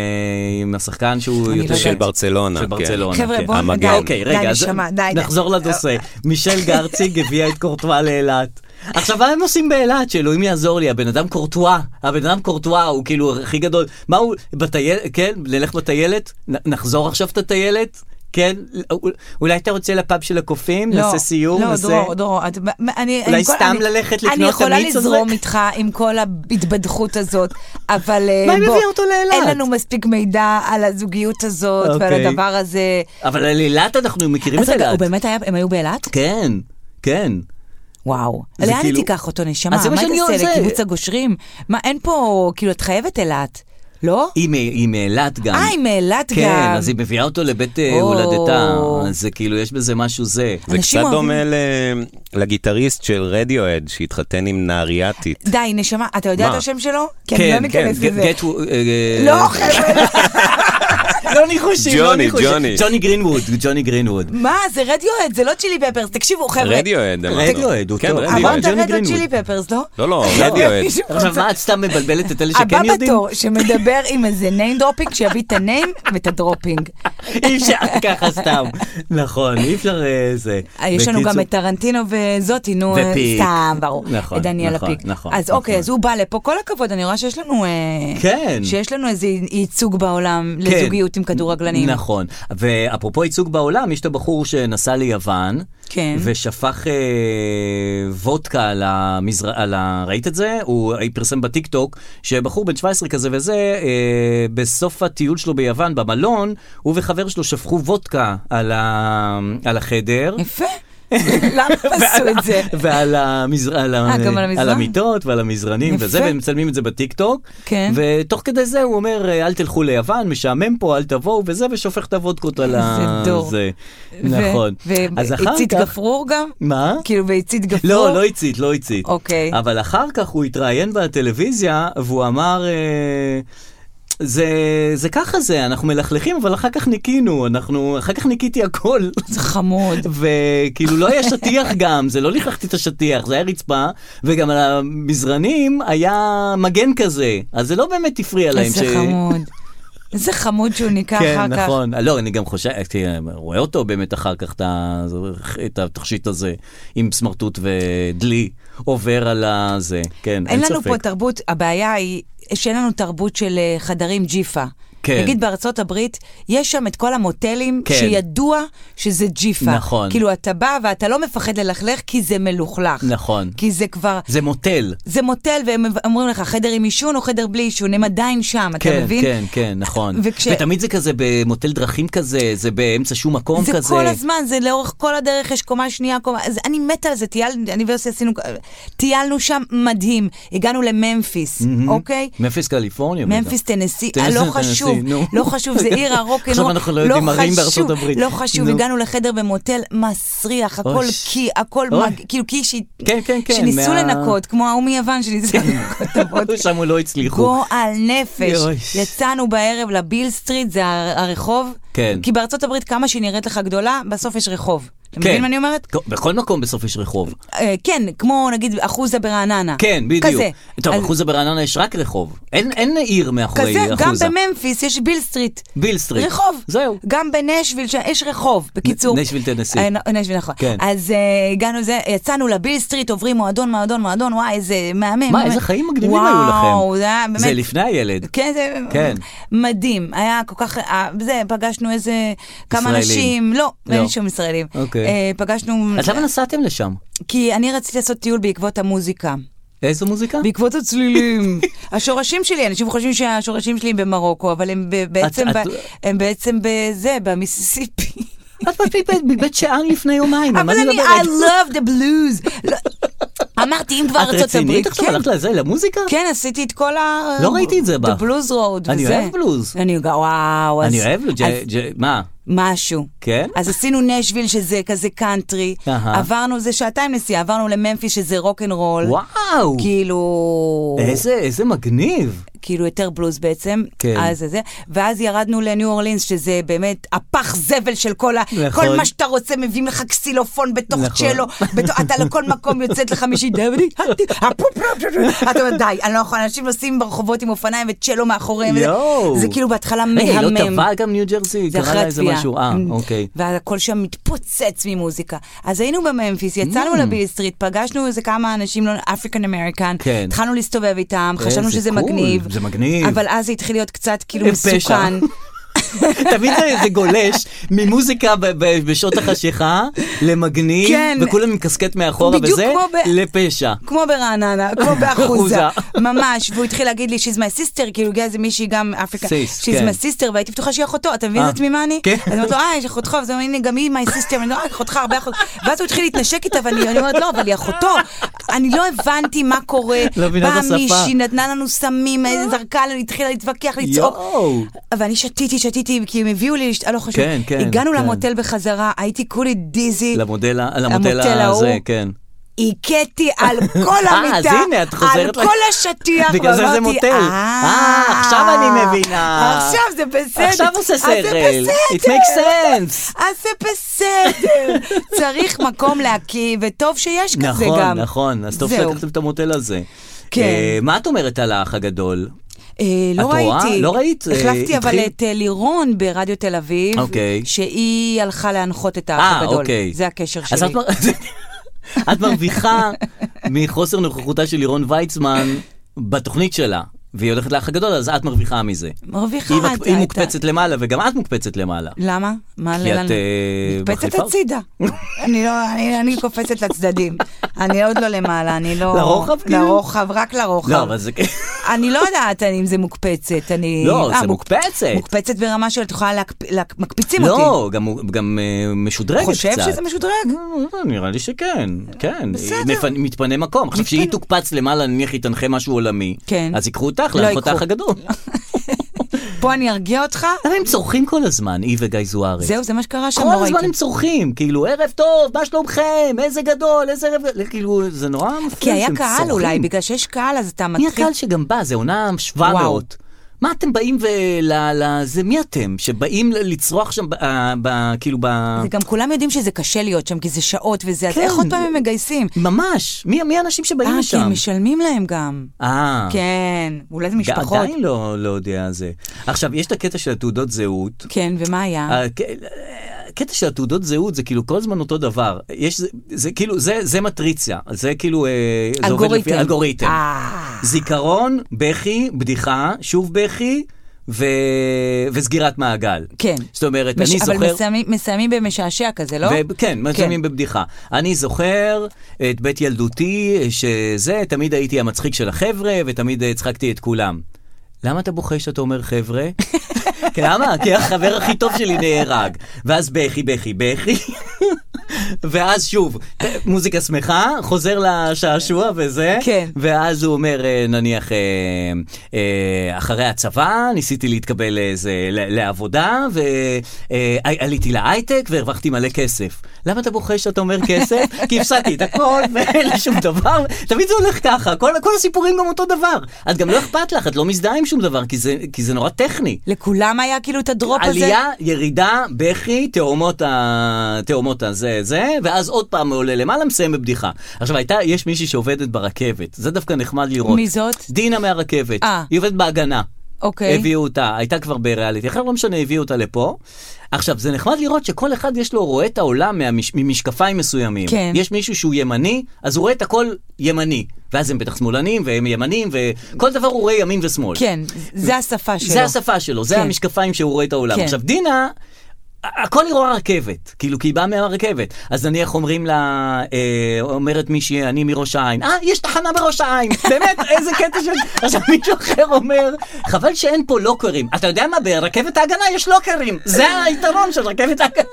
B: עם השחקן שהוא
C: אני לא
B: יותר...
C: יודעת.
D: של ברצלונה,
B: של
D: כן.
B: ברצלונה,
C: חבר'ה,
B: כן.
C: בואו,
D: המגן.
C: די,
B: אוקיי, רגע,
C: די,
B: אז
C: נשמה, די. די.
B: נחזור
C: אה,
B: לנושא. מישל גרציג הביאה את קורטואה לאילת. עכשיו, מה הם עושים באילת? שאלוהים יעזור לי, הבן אדם קורטואה. הבן אדם קורטואה הוא כאילו הכי גדול. מה הוא, בטיילת, כן, נלך בטיילת? נ- נחזור עכשיו את הטיילת? כן? אול- אולי אתה רוצה לפאב של הקופים?
C: לא,
B: נעשה סיור?
C: לא,
B: נעשה...
C: דרור, דרור, את- מה- אני...
B: אולי
C: עם כל-
B: סתם
C: אני-
B: ללכת לקנות
C: אני יכולה
B: את המיץ הזה?
C: לזרום איתך עם כל ההתבדחות הזאת, אבל אה,
B: מה היא
C: בוא,
B: מביאה אותו לאילת?
C: אין לנו מספיק מידע על הזוגיות הזאת ועל
B: אוקיי.
C: הדבר הזה.
B: אבל על אילת אנחנו מכירים את
C: אז רגע, הוא
B: אילת.
C: באמת היה, הם היו באילת?
B: כן, כן.
C: וואו.
B: זה
C: לאן היא
B: כאילו-
C: תיקח אותו, נשמה?
B: אז זה מה
C: מה
B: שאני
C: תעשה,
B: עושה.
C: לקיבוץ הגושרים? מה, אין פה, כאילו, את חייבת אילת, לא?
B: היא מ- היא מאילת גם.
C: אה, היא מאילת
B: כן,
C: גם.
B: אז היא מביאה אותו לבית אה,
C: או.
B: הולדתה. אז זה כאילו, יש בזה משהו זה.
D: זה
C: אנשים
D: קצת
C: אוהבים-
D: דומה ל- לגיטריסט של רדיואד שהתחתן עם נהריאטית.
C: די, נשמה, אתה יודע את
D: מה?
C: השם שלו? כי אני לא ניכנס
B: כן,
C: לזה.
B: get- get- אה,
C: לא, חבר'ה,
B: לא ניחושים, לא
D: ג'וני,
B: ניחושים.
D: ג'וני.
B: ג'וני גרינווד, ג'וני גרינווד.
C: מה, זה רדיואד, זה לא צ'ילי פפרס. תקשיבו, חבר'ה,
D: רדיואד, אמרנו.
B: רדיואד, הוא
D: כן,
B: טוב.
C: אמרת
D: רדיואד.
B: ג'וני
C: רד הוד
B: גרינווד.
C: צ'ילי פפרס, לא?
D: לא, לא,
C: לא,
D: רדיואד.
C: מישהו רוצה-
B: עכשיו, מה, את סתם מבלבלת את אלה שכן
C: הבא
B: יודעים?
C: בתור שמדבר עם איזה name dropping, שיביא את הניים ואת הדרופינג.
B: אי אפשר ככה סתם. נכון, אי אפשר אה, זה.
C: יש לנו גם
B: בקיצור-
C: את טרנטינו וזאתי, נו, אה,
B: ופיק.
C: סתם, ברור.
B: נכון,
C: את דניאל
B: נכון,
C: הפיק.
B: נכון,
C: אז אוקיי,
B: נכון.
C: אז הוא בא לפה, כל הכבוד, אני רואה שיש לנו... אה,
B: כן.
C: שיש לנו איזה ייצוג בעולם
B: כן.
C: לזוגיות עם כדורגלנים.
B: נכון. ואפרופו ייצוג בעולם, יש את הבחור שנסע ליוון,
C: כן.
B: ושפך אה, וודקה על המזר... על ה... ראית את זה? הוא אה, פרסם בטיקטוק, שבחור בן 17 כזה וזה, אה, בסוף הטיול שלו ביוון, במלון, הוא וחבר שלו שפכו וודקה על, ה... על החדר.
C: יפה. למה עשו את זה?
B: ועל המזר... על, ה...
C: אה, גם על המזרן?
B: על המיטות ועל המזרנים
C: יפה.
B: וזה, והם מצלמים את זה בטיקטוק.
C: כן.
B: ותוך כדי זה הוא אומר, אה, אל תלכו ליוון, משעמם פה, אל תבואו, וזה, ושופך את הוודקות על ה...
C: איזה דור.
B: זה.
C: ו-
B: נכון. אז אחר
C: והצית
B: כך-
C: גפרור גם?
B: מה?
C: כאילו, והצית גפרור?
B: לא, לא הצית, לא הצית.
C: אוקיי.
B: אבל אחר כך הוא התראיין בטלוויזיה, והוא אמר... אה, זה, זה ככה זה, אנחנו מלכלכים, אבל אחר כך ניקינו, אנחנו, אחר כך ניקיתי הכל.
C: זה חמוד.
B: וכאילו לא היה שטיח גם, זה לא לכלכתי את השטיח, זה היה רצפה, וגם על המזרנים היה מגן כזה, אז זה לא באמת הפריע להם.
C: איזה חמוד. איזה חמוד שהוא ניקה אחר
B: כן,
C: כך.
B: נכון. לא, אני גם חושב, תראה, רואה אותו באמת אחר כך, את ה- את התכשיט הזה, עם סמרטוט ודלי, עובר על הזה, כן,
C: אין
B: אין
C: לנו פה
B: ספק.
C: תרבות, הבעיה היא שאין לנו תרבות של אה, חדרים ג'יפה.
B: כן.
C: נגיד בארצות הברית, יש שם את כל המוטלים
B: כן.
C: שידוע שזה ג'יפה.
B: נכון.
C: כאילו, אתה בא ואתה לא מפחד ללכלך כי זה מלוכלך.
B: נכון.
C: כי זה כבר...
B: זה מוטל.
C: זה מוטל, והם אמ- אומרים לך, חדר עם עישון או חדר בלי עישון, הם עדיין שם, אתה
B: כן,
C: מבין?
B: כן, כן, נכון.
C: וכש-
B: ותמיד זה כזה במוטל דרכים כזה, זה באמצע שום מקום
C: זה
B: כזה.
C: כל הזמן, זה לאורך כל הדרך, יש קומה שנייה, קומה... אז אני מתה על זה, טייל, אני ויוסי עשינו... טיילנו שם מדהים, הגענו לממפיס, אוקיי?
B: ממפיס קליפורניה. בטח.
C: ממפיס טנסי, אה,
B: טנסי,
C: לא
B: טנסי,
C: חשוב,
B: נו.
C: לא חשוב, זה עיר הרוקנרול,
B: עכשיו אנחנו לא יודעים ערים בארצות הברית.
C: לא חשוב,
B: נו.
C: הגענו לחדר במוטל מסריח, הכל
B: אוש.
C: קי, הכל
B: אוי.
C: מג, כאילו קי ש-
B: כן, כן, כן,
C: שניסו
B: מה- כן.
C: לנקות, כמו ההוא מיוון שניסו לנקות את הבוטל.
B: שם הוא לא הצליחו.
C: גועל נפש.
B: אוי.
C: יצאנו בערב לביל סטריט, זה הר- הרחוב.
B: כן.
C: כי בארצות הברית כמה שהיא נראית לך גדולה, בסוף יש רחוב. אתה מבין מה אני אומרת?
B: כל- כן. בכל מקום בסוף יש רחוב.
C: אה, כן, כמו נגיד אחוזה ברעננה.
B: כן, בדיוק.
C: כזה.
B: טוב,
C: אז-
B: אחוזה ברעננה יש רק רחוב. אין אין עיר מאחורי
C: כזה, גם
B: אחוזה.
C: בממפיס יש ביל סטריט.
B: ביל סטריט.
C: רחוב.
B: זהו.
C: גם בנשוויל, ש- יש רחוב, בקיצור.
B: נ- נשוויל, טנסי.
C: אה, נ- נשוויל, נכון.
B: כן.
C: אז אה, הגענו, לזה, יצאנו לביל סטריט, עוברים מועדון, מועדון, מועדון, וואי, איזה מהמם.
B: מה,
C: מהמם.
B: איזה חיים מגניבים היו לכם.
C: וואו, זה היה באמת...
B: זה לפני הילד.
C: כן, זה
B: כן.
C: מדהים, היה כל כך, אה, זה, פגשנו איזה כמה
B: ישראלים.
C: אנשים, לא,
B: לא.
C: אין שום ישראלים.
B: אוקיי.
C: אה, פגשנו,
B: אז למה נסעתם לשם?
C: כי אני רציתי לעשות טיול בעקבות המוזיקה.
B: איזו מוזיקה?
C: בעקבות הצלילים. השורשים שלי, אנשים חושבים שהשורשים שלי הם במרוקו, אבל הם ב- בעצם,
B: את-
C: ב- הם בעצם בזה, במיסיסיפי.
B: את מפית מבית שאן לפני יומיים, על מה
C: אבל אני, I
B: מדברת?
C: love the blues. לא, אמרתי, אם כבר
B: את
C: ארצות הברית,
B: רצינית עכשיו?
C: כן.
B: הלכת לזה, למוזיקה?
C: כן, עשיתי את כל ה...
B: לא ראיתי את זה בך.
C: The blues road
B: אני
C: וזה.
B: אוהב בלוז.
C: אני גם, וואו.
B: אני
C: אז-
B: אוהב, לו,
C: אז
B: ג'- ג'- מה?
C: משהו.
B: כן?
C: אז עשינו נשוויל שזה כזה קאנטרי,
B: אהה.
C: עברנו, זה שעתיים נסיעה, עברנו לממפיס שזה רוקנרול.
B: וואו. אה?
C: כאילו,
B: איזה- איזה מגניב.
C: כאילו יותר בלוז בעצם,
B: כן.
C: אז זה זה, ואז ירדנו לניו אורלינס שזה באמת הפח זבל של כל ה...
B: נכון.
C: כל מה שאתה רוצה מביאים לך קסילופון בתוך
B: נכון.
C: צ'לו, בתוך- אתה לכל מקום יוצאת לך מישהי דברי, אתה אומר די, אני לא יכול, אנשים נוסעים ברחובות עם אופניים וצ'לו מאחוריהם, וזה-
B: יואו.
C: זה כאילו בהתחלה
B: רגע, היא לא
C: מהמם.
B: טבעה גם ניו ג'רסי?
C: זה
B: קרה
C: אחרי
B: לה איזה
C: התביעה.
B: משהו, אה,
C: Mm.
B: אוקיי.
C: והכל שם מתפוצץ ממוזיקה. אז היינו
B: Mm.
C: בממפיס, יצאנו לביל סטריט, פגשנו איזה כמה אנשים, אפריקן אמריקן,
B: כן.
C: התחלנו להסתובב איתם,
B: איזה
C: חשבנו שזה
B: קול,
C: מגניב.
B: זה מגניב.
C: אבל אז זה התחיל להיות קצת כאילו
B: פשע.
C: מסוכן.
B: תמיד זה- זה גולש ממוזיקה ב- ב- בשעות החשיכה למגניב,
C: כן.
B: וכולם עם קסקט מאחורה
C: בדיוק
B: וזה,
C: כמו ב-
B: לפשע.
C: כמו ברעננה, כמו באחוזה,
B: אחוזה.
C: ממש, והוא התחיל להגיד לי, she's my sister, כאילו הגיעה איזה מישהי גם אפריקה,
B: Sis,
C: she's
B: כן.
C: my sister, והייתי בטוחה שהיא אחותו, אתה מבין
B: אה,
C: את ממה אני?
B: כן.
C: אז אמרתי לו, אה, יש אחותך, אז הוא אומר, הנה, גם היא my sister, ואני אומרת, אה, אחותך הרבה אחות, ואז הוא התחיל להתנשק איתה, ואני אני אומרת, לא, אבל היא אחותו, אני לא הבנתי מה קורה,
B: לא מבינה את
C: באה
B: השפה.
C: מישהי, נתנה לנו סמים, אה, זרקה לנו, התחילה להתווכח, לצעוק,
B: יואו.
C: ואני שתיתי, שתיתי, כי הם הביאו לי, לשת- אה, לא חשוב,
B: כן, כן,
C: הגענו
B: כן.
C: למוטל בחזרה, הייתי כולי דיזי,
B: למודל ה-
C: המודל
B: למודל הזה,
C: ההוא.
B: כן.
C: הכיתי על כל
B: אה,
C: המיטה,
B: אז הנה, את חוזרת
C: על
B: ל-
C: כל השטיח,
B: בגלל זה זה
C: ואמרתי,
B: מוטל. אה, עכשיו אני מבינה.
C: עכשיו זה בסדר.
B: עכשיו עושה
C: אז זה
B: שכל. It
C: בסדר.
B: makes sense.
C: אז זה בסדר. צריך מקום להקיא, וטוב שיש כזה
B: נכון,
C: גם.
B: נכון, אז טוב
C: זהו.
B: שלקחתם את המודל הזה.
C: כן.
B: אה, מה את אומרת על האח הגדול?
C: אה, לא
B: את רואה?
C: ראיתי.
B: לא ראית? אה,
C: החלפתי אבל
B: התחיל-
C: את אה, לירון ברדיו תל אביב,
B: אוקיי.
C: שהיא הלכה להנחות את
B: אה,
C: האח הגדול.
B: אוקיי.
C: זה הקשר
B: אז
C: שלי.
B: את מר- את מרוויחה מחוסר נוכחותה של לירון ויצמן בתוכנית שלה, והיא הולכת לאח הגדול, אז את מרוויחה מזה.
C: מרוויחה
B: היא
C: את
B: מק- היא
C: את ה-
B: מוקפצת למעלה, וגם את מוקפצת למעלה.
C: למה? מה
B: כי
C: למה?
B: את אה,
C: מוקפצת
B: מחליפה.
C: הצידה. אני לא, אני, אני קופצת לצדדים. אני עוד לא למעלה, אני לא...
B: לרוחב, כאילו?
C: לרוחב, רק לרוחב.
B: לא, אבל זה...
C: נכון. אני לא יודעת אני- אם זה מוקפצת, אני...
B: לא,
C: אה,
B: זה
C: מוק-
B: מוקפצת.
C: מוקפצת ברמה של את יכולה להקפ... להק... מקפיצים אותי.
B: לא, גם- גם אה, משודרגת קצת.
C: חושב שזה משודרג?
B: אה, נראה לי שכן, כן.
C: בסדר.
B: היא מפנ- מתפנה מקום. עכשיו, כשהיא תוקפץ למעלה, נניח היא תנחה משהו עולמי,
C: כן.
B: אז ייקחו אותך
C: לא
B: להנחות
C: ייקחו.
B: האח הגדול.
C: פה אני ארגיע אותך?
B: למה הם צורכים כל הזמן, היא וגיא זוארץ?
C: זהו, זה מה שקרה שם,
B: כל
C: לא ראיתי.
B: הזמן הם צורכים, כאילו, ערב טוב, מה שלומכם, איזה גדול, איזה ערב... כאילו, זה נורא מפריע
C: כי היה
B: שהם
C: קהל
B: צורכים.
C: אולי, בגלל שיש קהל אז אתה
B: מי
C: מתחיל...
B: הקהל שגם בא? זה עונה 700. מה אתם באים ו... ל- ל- זה מי אתם? שבאים ל- לצרוח שם, ב- ה- ב- כאילו, ב...
C: זה גם כולם יודעים שזה קשה להיות שם, כי זה שעות וזה, אז
B: כן.
C: איך עוד פעם הם מגייסים?
B: ממש. מי מי האנשים שבאים
C: אה, כי
B: לשם?
C: הם משלמים להם גם.
B: אה,
C: כן, אולי זה משפחות.
B: עדיין לא, לא יודע זה. עכשיו, יש את הקטע של התעודות זהות.
C: כן, ומה היה?
B: הק- הקטע של התעודות זהות זה כאילו כל הזמן אותו דבר. יש, זה, זה כאילו, זה, זה מטריצה. זה כאילו, אה, זה עובד
C: אלגוריתם.
B: לפי אלגוריתם.
C: אה.
B: זיכרון, בכי, בדיחה, שוב בכי, ו... וסגירת מעגל.
C: כן.
B: זאת אומרת,
C: מש-
B: אני זוכר...
C: אבל מסיימים- מסיימים במשעשע כזה, לא?
B: ו- כן, מציינים בבדיחה. אני זוכר את בית ילדותי, שזה, תמיד הייתי המצחיק של החבר'ה, ותמיד אה, הצחקתי את כולם. למה אתה בוכה שאתה אומר חבר'ה? "כי למה? כי החבר הכי טוב שלי נהרג. ואז בכי, בכי, בכי. ואז שוב, אה, מוזיקה שמחה, חוזר לשעשוע וזה.
C: כן.
B: ואז הוא אומר, אה, נניח, אה, אה, אחרי הצבא, ניסיתי להתקבל לאיזה, ל- לעבודה, ועליתי להייטק והרווחתי מלא כסף. למה אתה בוכה שאתה אומר כסף? כי הפסדתי את הכל, ואין לי שום דבר. תמיד זה הולך ככה, כל, כל הסיפורים גם אותו דבר. את גם לא אכפת לך, את לא מזדהה עם שום דבר, כי זה, כי זה נורא טכני.
C: לכולם היה כאילו את הדרופ הזה?
B: עלייה, ירידה, בכי, תאומות ה... תאומות הזה, זה, ואז עוד פעם עולה למעלה, מסיים בבדיחה. עכשיו, הייתה, יש מישהי שעובדת ברכבת, זה דווקא נחמד לראות.
C: מי זאת?
B: דינה מהרכבת.
C: אה.
B: היא עובדת בהגנה.
C: אוקיי.
B: הביאו אותה, הייתה כבר בריאליטי, אחר לא משנה, הביאו אותה לפה. עכשיו, זה נחמד לראות שכל אחד יש לו, רואה את העולם מהמש... ממשקפיים מסוימים.
C: כן.
B: יש מישהו שהוא ימני, אז הוא רואה את הכל ימני. ואז הם בטח שמאלנים, והם ימנים, וכל דבר הוא רואה ימין ושמאל.
C: כן, זה השפה שלו.
B: זה השפה שלו, זה
C: כן.
B: המשקפיים שהוא רואה את העולם.
C: כן.
B: עכשיו, דינה, ה- הכל היא רואה רכבת, כאילו, כי היא באה מהרכבת. אז נניח אומרים לה, אה, אומרת מישהי, אני מראש העין, אה, יש תחנה בראש העין, באמת, איזה קטע של... עכשיו מישהו אחר אומר, חבל שאין פה לוקרים. אתה יודע מה, ברכבת ההגנה יש לוקרים, זה היתרון של רכבת ההגנה.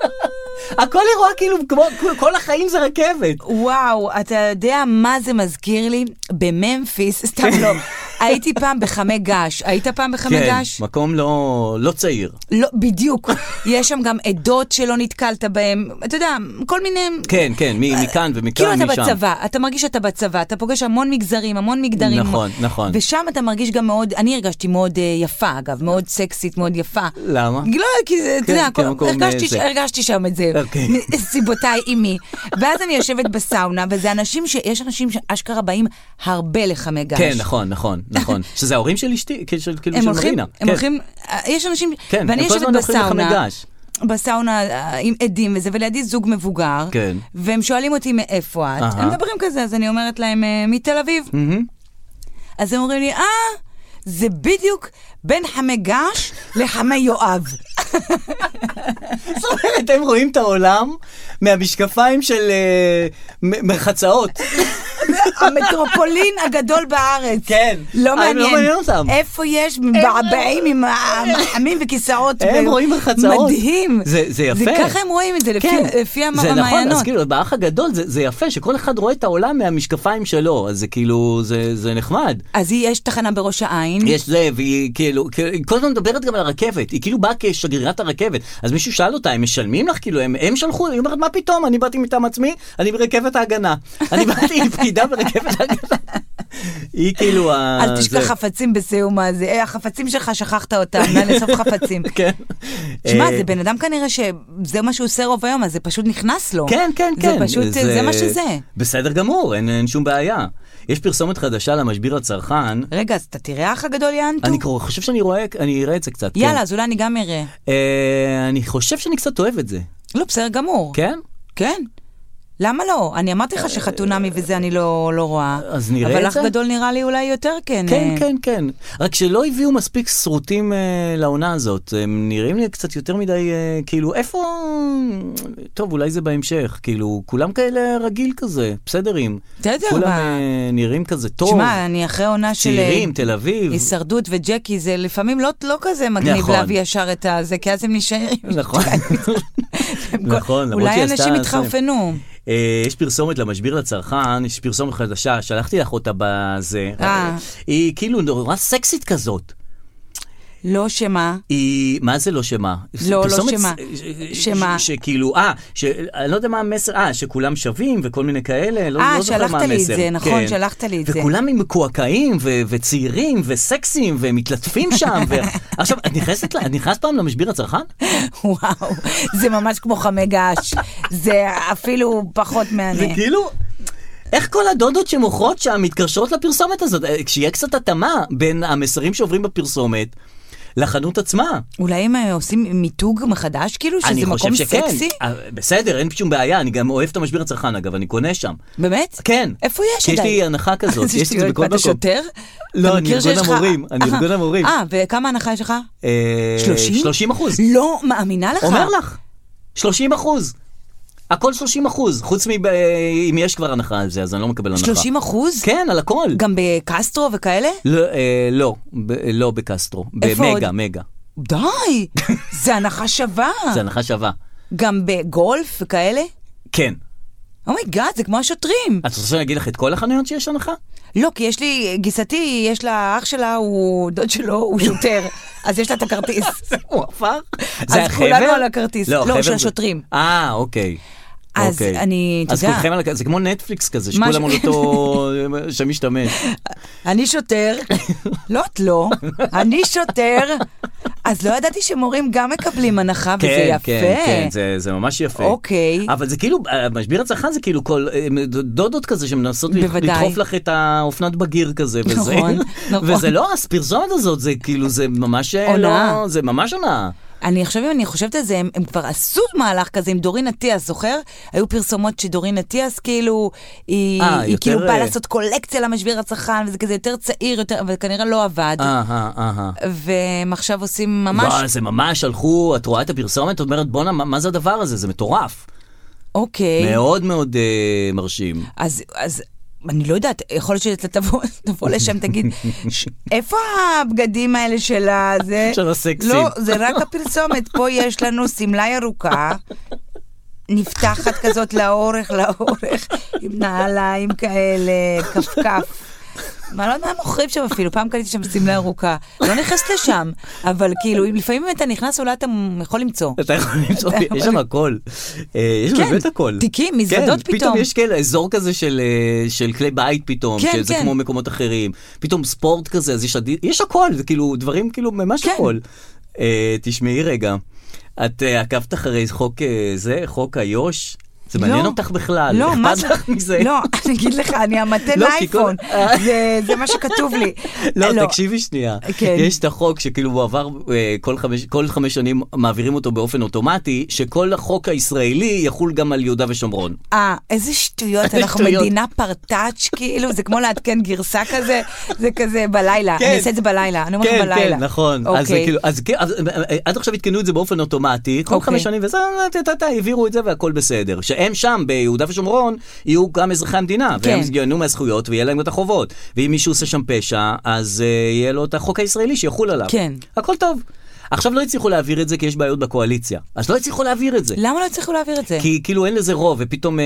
B: הכל היא רואה כאילו, כמו, כל החיים זה רכבת.
C: וואו, אתה יודע מה זה מזכיר לי? בממפיס, סתם לא. הייתי פעם בחמי געש. היית פעם בחמי
B: כן.
C: געש?
B: מקום לא, לא צעיר.
C: לא, בדיוק. יש שם גם עדות שלא נתקלת בהן. אתה יודע, כל מיני...
B: כן, כן, מ- מכאן ומכאן
C: כאילו
B: ומשם.
C: אתה בצבא, אתה מרגיש שאתה בצבא, אתה פוגש המון מגזרים, המון מגדרים.
B: נכון, נכון.
C: ושם אתה מרגיש גם מאוד, אני הרגשתי מאוד אה, יפה אגב, מאוד סקסית, מאוד יפה.
B: למה?
C: לא, כי זה, אתה
B: כן,
C: יודע,
B: כי
C: כל-
B: המקום,
C: הרגשתי
B: אה,
C: ש-
B: זה.
C: הרגשתי שם את זה,
B: אוקיי.
C: סיבותיי אימי. ואז אני יושבת בסאונה, וזה אנשים ש... יש אנשים שאשכרה באים הרבה לחמי געש.
B: כן, נכון, נכון, נכון. שזה ההורים של אשתי, כאילו של כאילו
C: הם
B: של
C: הולכים,
B: מרינה.
C: הם
B: כן.
C: הולכים, אה, יש אנשים,
B: כן,
C: ואני
B: הם כל
C: יושבת
B: הזמן הולכים
C: בסאונה,
B: לחמי געש.
C: בסאונה אה, עם עדים וזה, ולידי זוג מבוגר,
B: כן.
C: והם שואלים אותי מאיפה את,
B: אהה.
C: הם מדברים כזה, אז אני אומרת להם, "אה, מתל אביב. אז הם אומרים לי, אה, זה בדיוק בין חמי געש לחמי יואב.
B: זאת אומרת, הם רואים את העולם מהמשקפיים של אה, מ- מרחצאות.
C: המטרופולין הגדול בארץ.
B: כן.
C: לא
B: אה, לא
C: מעניין.
B: מעניין אותם. לא-
C: איפה יש מבעבעים עם המחמים וכיסאות.
B: הם
C: ו-
B: רואים מרחצאות.
C: מדהים.
B: זה- זה יפה.
C: זה ככה הם רואים את זה, לפי- לפי המ-
B: כן, זה
C: המעיינות.
B: נכון, אז כאילו, באח הגדול זה זה יפה שכל אחד רואה את העולם מהמשקפיים שלו, אז זה כאילו, זה- זה נחמד.
C: אז היא- יש תחנה בראש העין.
B: יש זה, והיא כאילו, כאילו, היא כל הזמן מדברת גם על הרכבת, היא כאילו באה כשגרירת הרכבת. אז מישהו שאל אותה, הם משלמים לך? כאילו, הם, הם שלחו? היא אומרת, מה פתאום, אני באתי מטעם עצמי, אני ברכבת ההגנה. אני באתי עם פקידה הייתה ברכבת הקלה. היא כאילו ה...
C: אל תשכח
B: זה.
C: חפצים בסיום הזה. אה, החפצים שלך, שכחת אותם, נא לאסוף חפצים.
B: כן.
C: שמע,
B: אה,
C: זה בן אדם כנראה שזה מה שהוא עושה רוב היום, אז זה פשוט נכנס לו.
B: כן, כן,
C: זה
B: כן.
C: פשוט, זה- זה מה שזה.
B: בסדר גמור, אין, אין שום בעיה. יש פרסומת חדשה למשביר הצרכן.
C: רגע, אז אתה תראה אח הגדול יענתו?
B: אני קורא- חושב שאני רואה, אני אראה את זה קצת.
C: יאללה,
B: כן.
C: אז אולי אני גם אראה.
B: אה, אני חושב שאני קצת אוהב את זה.
C: לא, בסדר גמור.
B: כן? אה,
C: כן. למה לא? אני אמרתי לך שחתונמי וזה אני לא לא רואה.
B: אז נראה
C: אבל
B: את
C: אח
B: זה?
C: גדול נראה לי אולי יותר כן.
B: כן,
C: אה,
B: כן, כן. רק שלא הביאו מספיק שרוטים אה, לעונה הזאת. הם נראים לי קצת יותר מדי, אה, כאילו, איפה... טוב, אולי זה בהמשך. כאילו, כולם כאלה רגיל כזה, בסדרים.
C: בסדר,
B: כולם
C: מה?
B: אה, נראים כזה טוב.
C: תשמע, אני אחרי עונה של... אה,
B: צעירים, תל אביב.
C: הישרדות וג'קי זה לפעמים לא, לא כזה מגניב
B: נכון.
C: להביא ישר את הזה, כי אז הם נשארים.
B: נכון. נכון, למרות
C: אולי
B: שהיא עשתה
C: אנשים
B: זה.
C: יתחרפנו.
B: אה, יש פרסומת למשביר לצרכן, יש פרסומת חדשה, שלחתי לך אותה בזה.
C: אה.
B: היא כאילו נורא סקסית כזאת.
C: לא שמה.
B: היא, מה זה לא שמה?
C: לא
B: פרסומת
C: שמה.
B: ש- ש-
C: שמה.
B: ש- שכאילו, אה, ש- אני לא יודע מה המסר, אה, שכולם שווים וכל מיני כאלה, לא
C: אה,
B: לא זוכר
C: שלחת
B: מה המסר.
C: לי את זה, נכון,
B: כן.
C: שלחת לי את זה.
B: וכולם עם מקועקעים ו- וצעירים וסקסים ומתלטפים שם. ו- עכשיו, את נכנסת, ל- את נכנסת פעם למשביר הצרכן?
C: וואו, זה ממש כמו חמי געש. זה אפילו פחות
B: זה
C: מהנה.
B: כאילו... איך כל הדודות שמוכרות שם מתקשרות לפרסומת הזאת? אה, כשיהיה קצת התאמה בין המסרים שעוברים בפרסומת לחנות עצמה.
C: אולי הם אה, עושים מיתוג מחדש, כאילו, שזה
B: אני חושב
C: מקום
B: שכן.
C: סקסי?
B: אה, בסדר, אין שום בעיה, אני גם אוהב את המשביר הצרכן, אגב, אני קונה שם.
C: באמת?
B: כן.
C: איפה יש
B: כי יש
C: עדיין?
B: לי הנחה כזאת,
C: איזה
B: יש לי את זה
C: שטויות,
B: בכל
C: מה,
B: מקום.
C: אתה שוטר?
B: לא,
C: אתה
B: אני
C: מכיר
B: ארגון
C: שיש לך-
B: המורים, אני
C: אה,
B: ארגון המורים.
C: אה, וכמה הנחה יש לך?
B: אה,
C: 30?
B: 30 אחוז.
C: לא מאמינה לך.
B: אומר לך, 30 אחוז. הכל 30 אחוז, חוץ מב... אה, אם יש כבר הנחה על זה, אז אני לא מקבל הנחה.
C: 30 אחוז?
B: כן, על הכל.
C: גם בקסטרו וכאלה?
B: לא, אה, לא, ב- לא בקסטרו,
C: איפה עוד? אה.
B: במגה, מגה.
C: די, זה הנחה שווה.
B: זה הנחה שווה.
C: גם בגולף וכאלה?
B: כן.
C: אומייגאד, זה כמו השוטרים.
B: את רוצה שאני אגיד לך את כל החנויות שיש הנחה?
C: לא, כי יש לי, גיסתי, יש לה, אח שלה, הוא, דוד שלו, הוא שוטר, אז יש לה את הכרטיס.
B: הוא עפר?
C: אז כולנו על הכרטיס. לא, של השוטרים.
B: אה, אוקיי.
C: אז
B: אוקיי.
C: אני, אתה
B: אז
C: יודע-
B: כולכם על הכ- זה כמו נטפליקס כזה,
C: מה
B: שכולם
C: ש-
B: על אותו... שמשתמש.
C: אני שוטר, לא, את לא, אני שוטר. אז לא ידעתי שמורים גם מקבלים הנחה, וזה
B: כן,
C: יפה.
B: כן, כן, זה- זה ממש יפה.
C: אוקיי.
B: אבל זה כאילו, משביר הצרכן זה כאילו כל אה, דודות כזה שמנסות לח-
C: בוודאי.
B: לדחוף לך את האופנת בגיר כזה, וזה...
C: נכון, נכון.
B: וזה לא, הפרסומת הזאת, זה כאילו, זה ממש אה,
C: הונאה.
B: לא... זה ממש הונאה.
C: אני עכשיו, אם אני חושבת על זה, הם, הם כבר עשו מהלך כזה עם דורין אטיאס, זוכר? היו פרסומות שדורין אטיאס, כאילו, היא,
B: אה,
C: היא
B: יותר,
C: כאילו באה
B: אה,
C: לעשות קולקציה למשביר הצרכן, וזה כזה יותר צעיר, יותר, אבל כנראה לא עבד.
B: אהה, אהה.
C: והם עכשיו עושים ממש...
B: אה. וואי, זה ממש הלכו, את רואה את הפרסומת, את אומרת, בואנה, מה, מה זה הדבר הזה? זה מטורף.
C: אוקיי.
B: מאוד מאוד אה, מרשים.
C: אז, אז אני לא יודעת, יכול להיות שאתה תבוא, תבוא לשם, תגיד, ש- איפה הבגדים האלה של ה... זה?
B: של הסקסים.
C: לא, זה רק הפרסומת, פה יש לנו שמלה ירוקה. נפתחת כזאת לאורך, לאורך, עם נעליים כאלה, כפכף. מה, לא יודע מה מוכרים שם אפילו, פעם קניתי שם שמלה ארוכה. לא נכנסת לשם, אבל כאילו, אם לפעמים אתה נכנס, אולי אתה יכול למצוא.
B: אתה יכול למצוא, יש שם הכל. אה, יש שם
C: כן,
B: באמת הכל.
C: תיקים,
B: כן,
C: מזוודות פתאום.
B: פתאום יש כאלה אזור כזה של אה, של כלי בית פתאום,
C: כן,
B: שזה
C: כן.
B: כמו מקומות אחרים. פתאום ספורט כזה, אז יש עדי- יש הכל, זה כאילו דברים כאילו ממש
C: כן.
B: הכל. אה, תשמעי רגע, את אה, עקבת אחרי חוק אה, זה, חוק איו"ש? זה מעניין
C: לא.
B: אותך בכלל,
C: לא, מה
B: אכפת
C: זה?
B: לך אה, מזה?
C: לא, אני אגיד לך, אני המתן
B: לא, כי כל-
C: לאייפון, זה- זה מה שכתוב לי. אה,
B: לא, תקשיבי שנייה.
C: כן.
B: יש את החוק שכאילו הוא עבר, אה, כל חמש- כל חמש שנים מעבירים אותו באופן אוטומטי, שכל החוק הישראלי יחול גם על יהודה ושומרון.
C: אה, איזה שטויות,
B: איזה
C: אנחנו
B: שטויות.
C: מדינה פרטאץ', כאילו, זה כמו לעדכן גרסה כזה, זה כזה בלילה.
B: כן.
C: אה, אני אעשה את זה בלילה, אני אומר לך
B: כן,
C: בלילה.
B: כן, נכון. אז זה
C: אוקיי.
B: כאילו, אז כן, אז, אה, עד עכשיו עדכנו את זה באופן אוטומטי, כל
C: אוקיי.
B: חמש שנים וזה, טה, טה, טה, העבירו את זה והכל בסדר. שהם שם, ביהודה ושומרון, יהיו גם אזרחי המדינה, והם
C: כן.
B: ייהנו מהזכויות ויהיה להם את החובות. ואם מישהו עושה שם פשע, אז אה, יהיה לו את החוק הישראלי שיחול עליו.
C: כן.
B: הכל טוב. עכשיו לא הצליחו להעביר את זה כי יש בעיות בקואליציה. אז לא הצליחו להעביר את זה.
C: למה לא הצליחו להעביר את זה?
B: כי כאילו אין לזה רוב, ופתאום אה,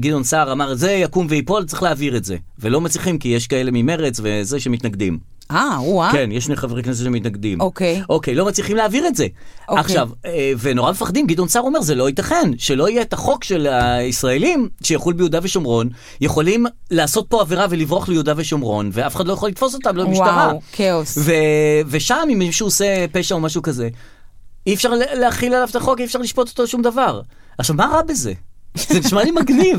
B: גדעון סער אמר, זה יקום ויפול, צריך להעביר את זה. ולא מצליחים כי יש כאלה ממרץ וזה שמתנגדים.
C: אה, וואו.
B: כן, יש שני חברי כנסת שמתנגדים.
C: אוקיי.
B: אוקיי, לא מצליחים להעביר את זה.
C: אוקיי.
B: עכשיו, אה, ונורא מפחדים, גדעון סער אומר, זה לא ייתכן, שלא יהיה את החוק של הישראלים שיחול ביהודה ושומרון, יכולים לעשות פה עבירה ולברוח ליהודה ושומרון, ואף אחד לא יכול לתפוס אותם, לא משטרה.
C: וואו, כאוס.
B: ו- ושם, אם מישהו עושה פשע או משהו כזה, אי אפשר לה- להכיל עליו את החוק, אי אפשר לשפוט אותו שום דבר. עכשיו, מה רע בזה? זה נשמע לי מגניב.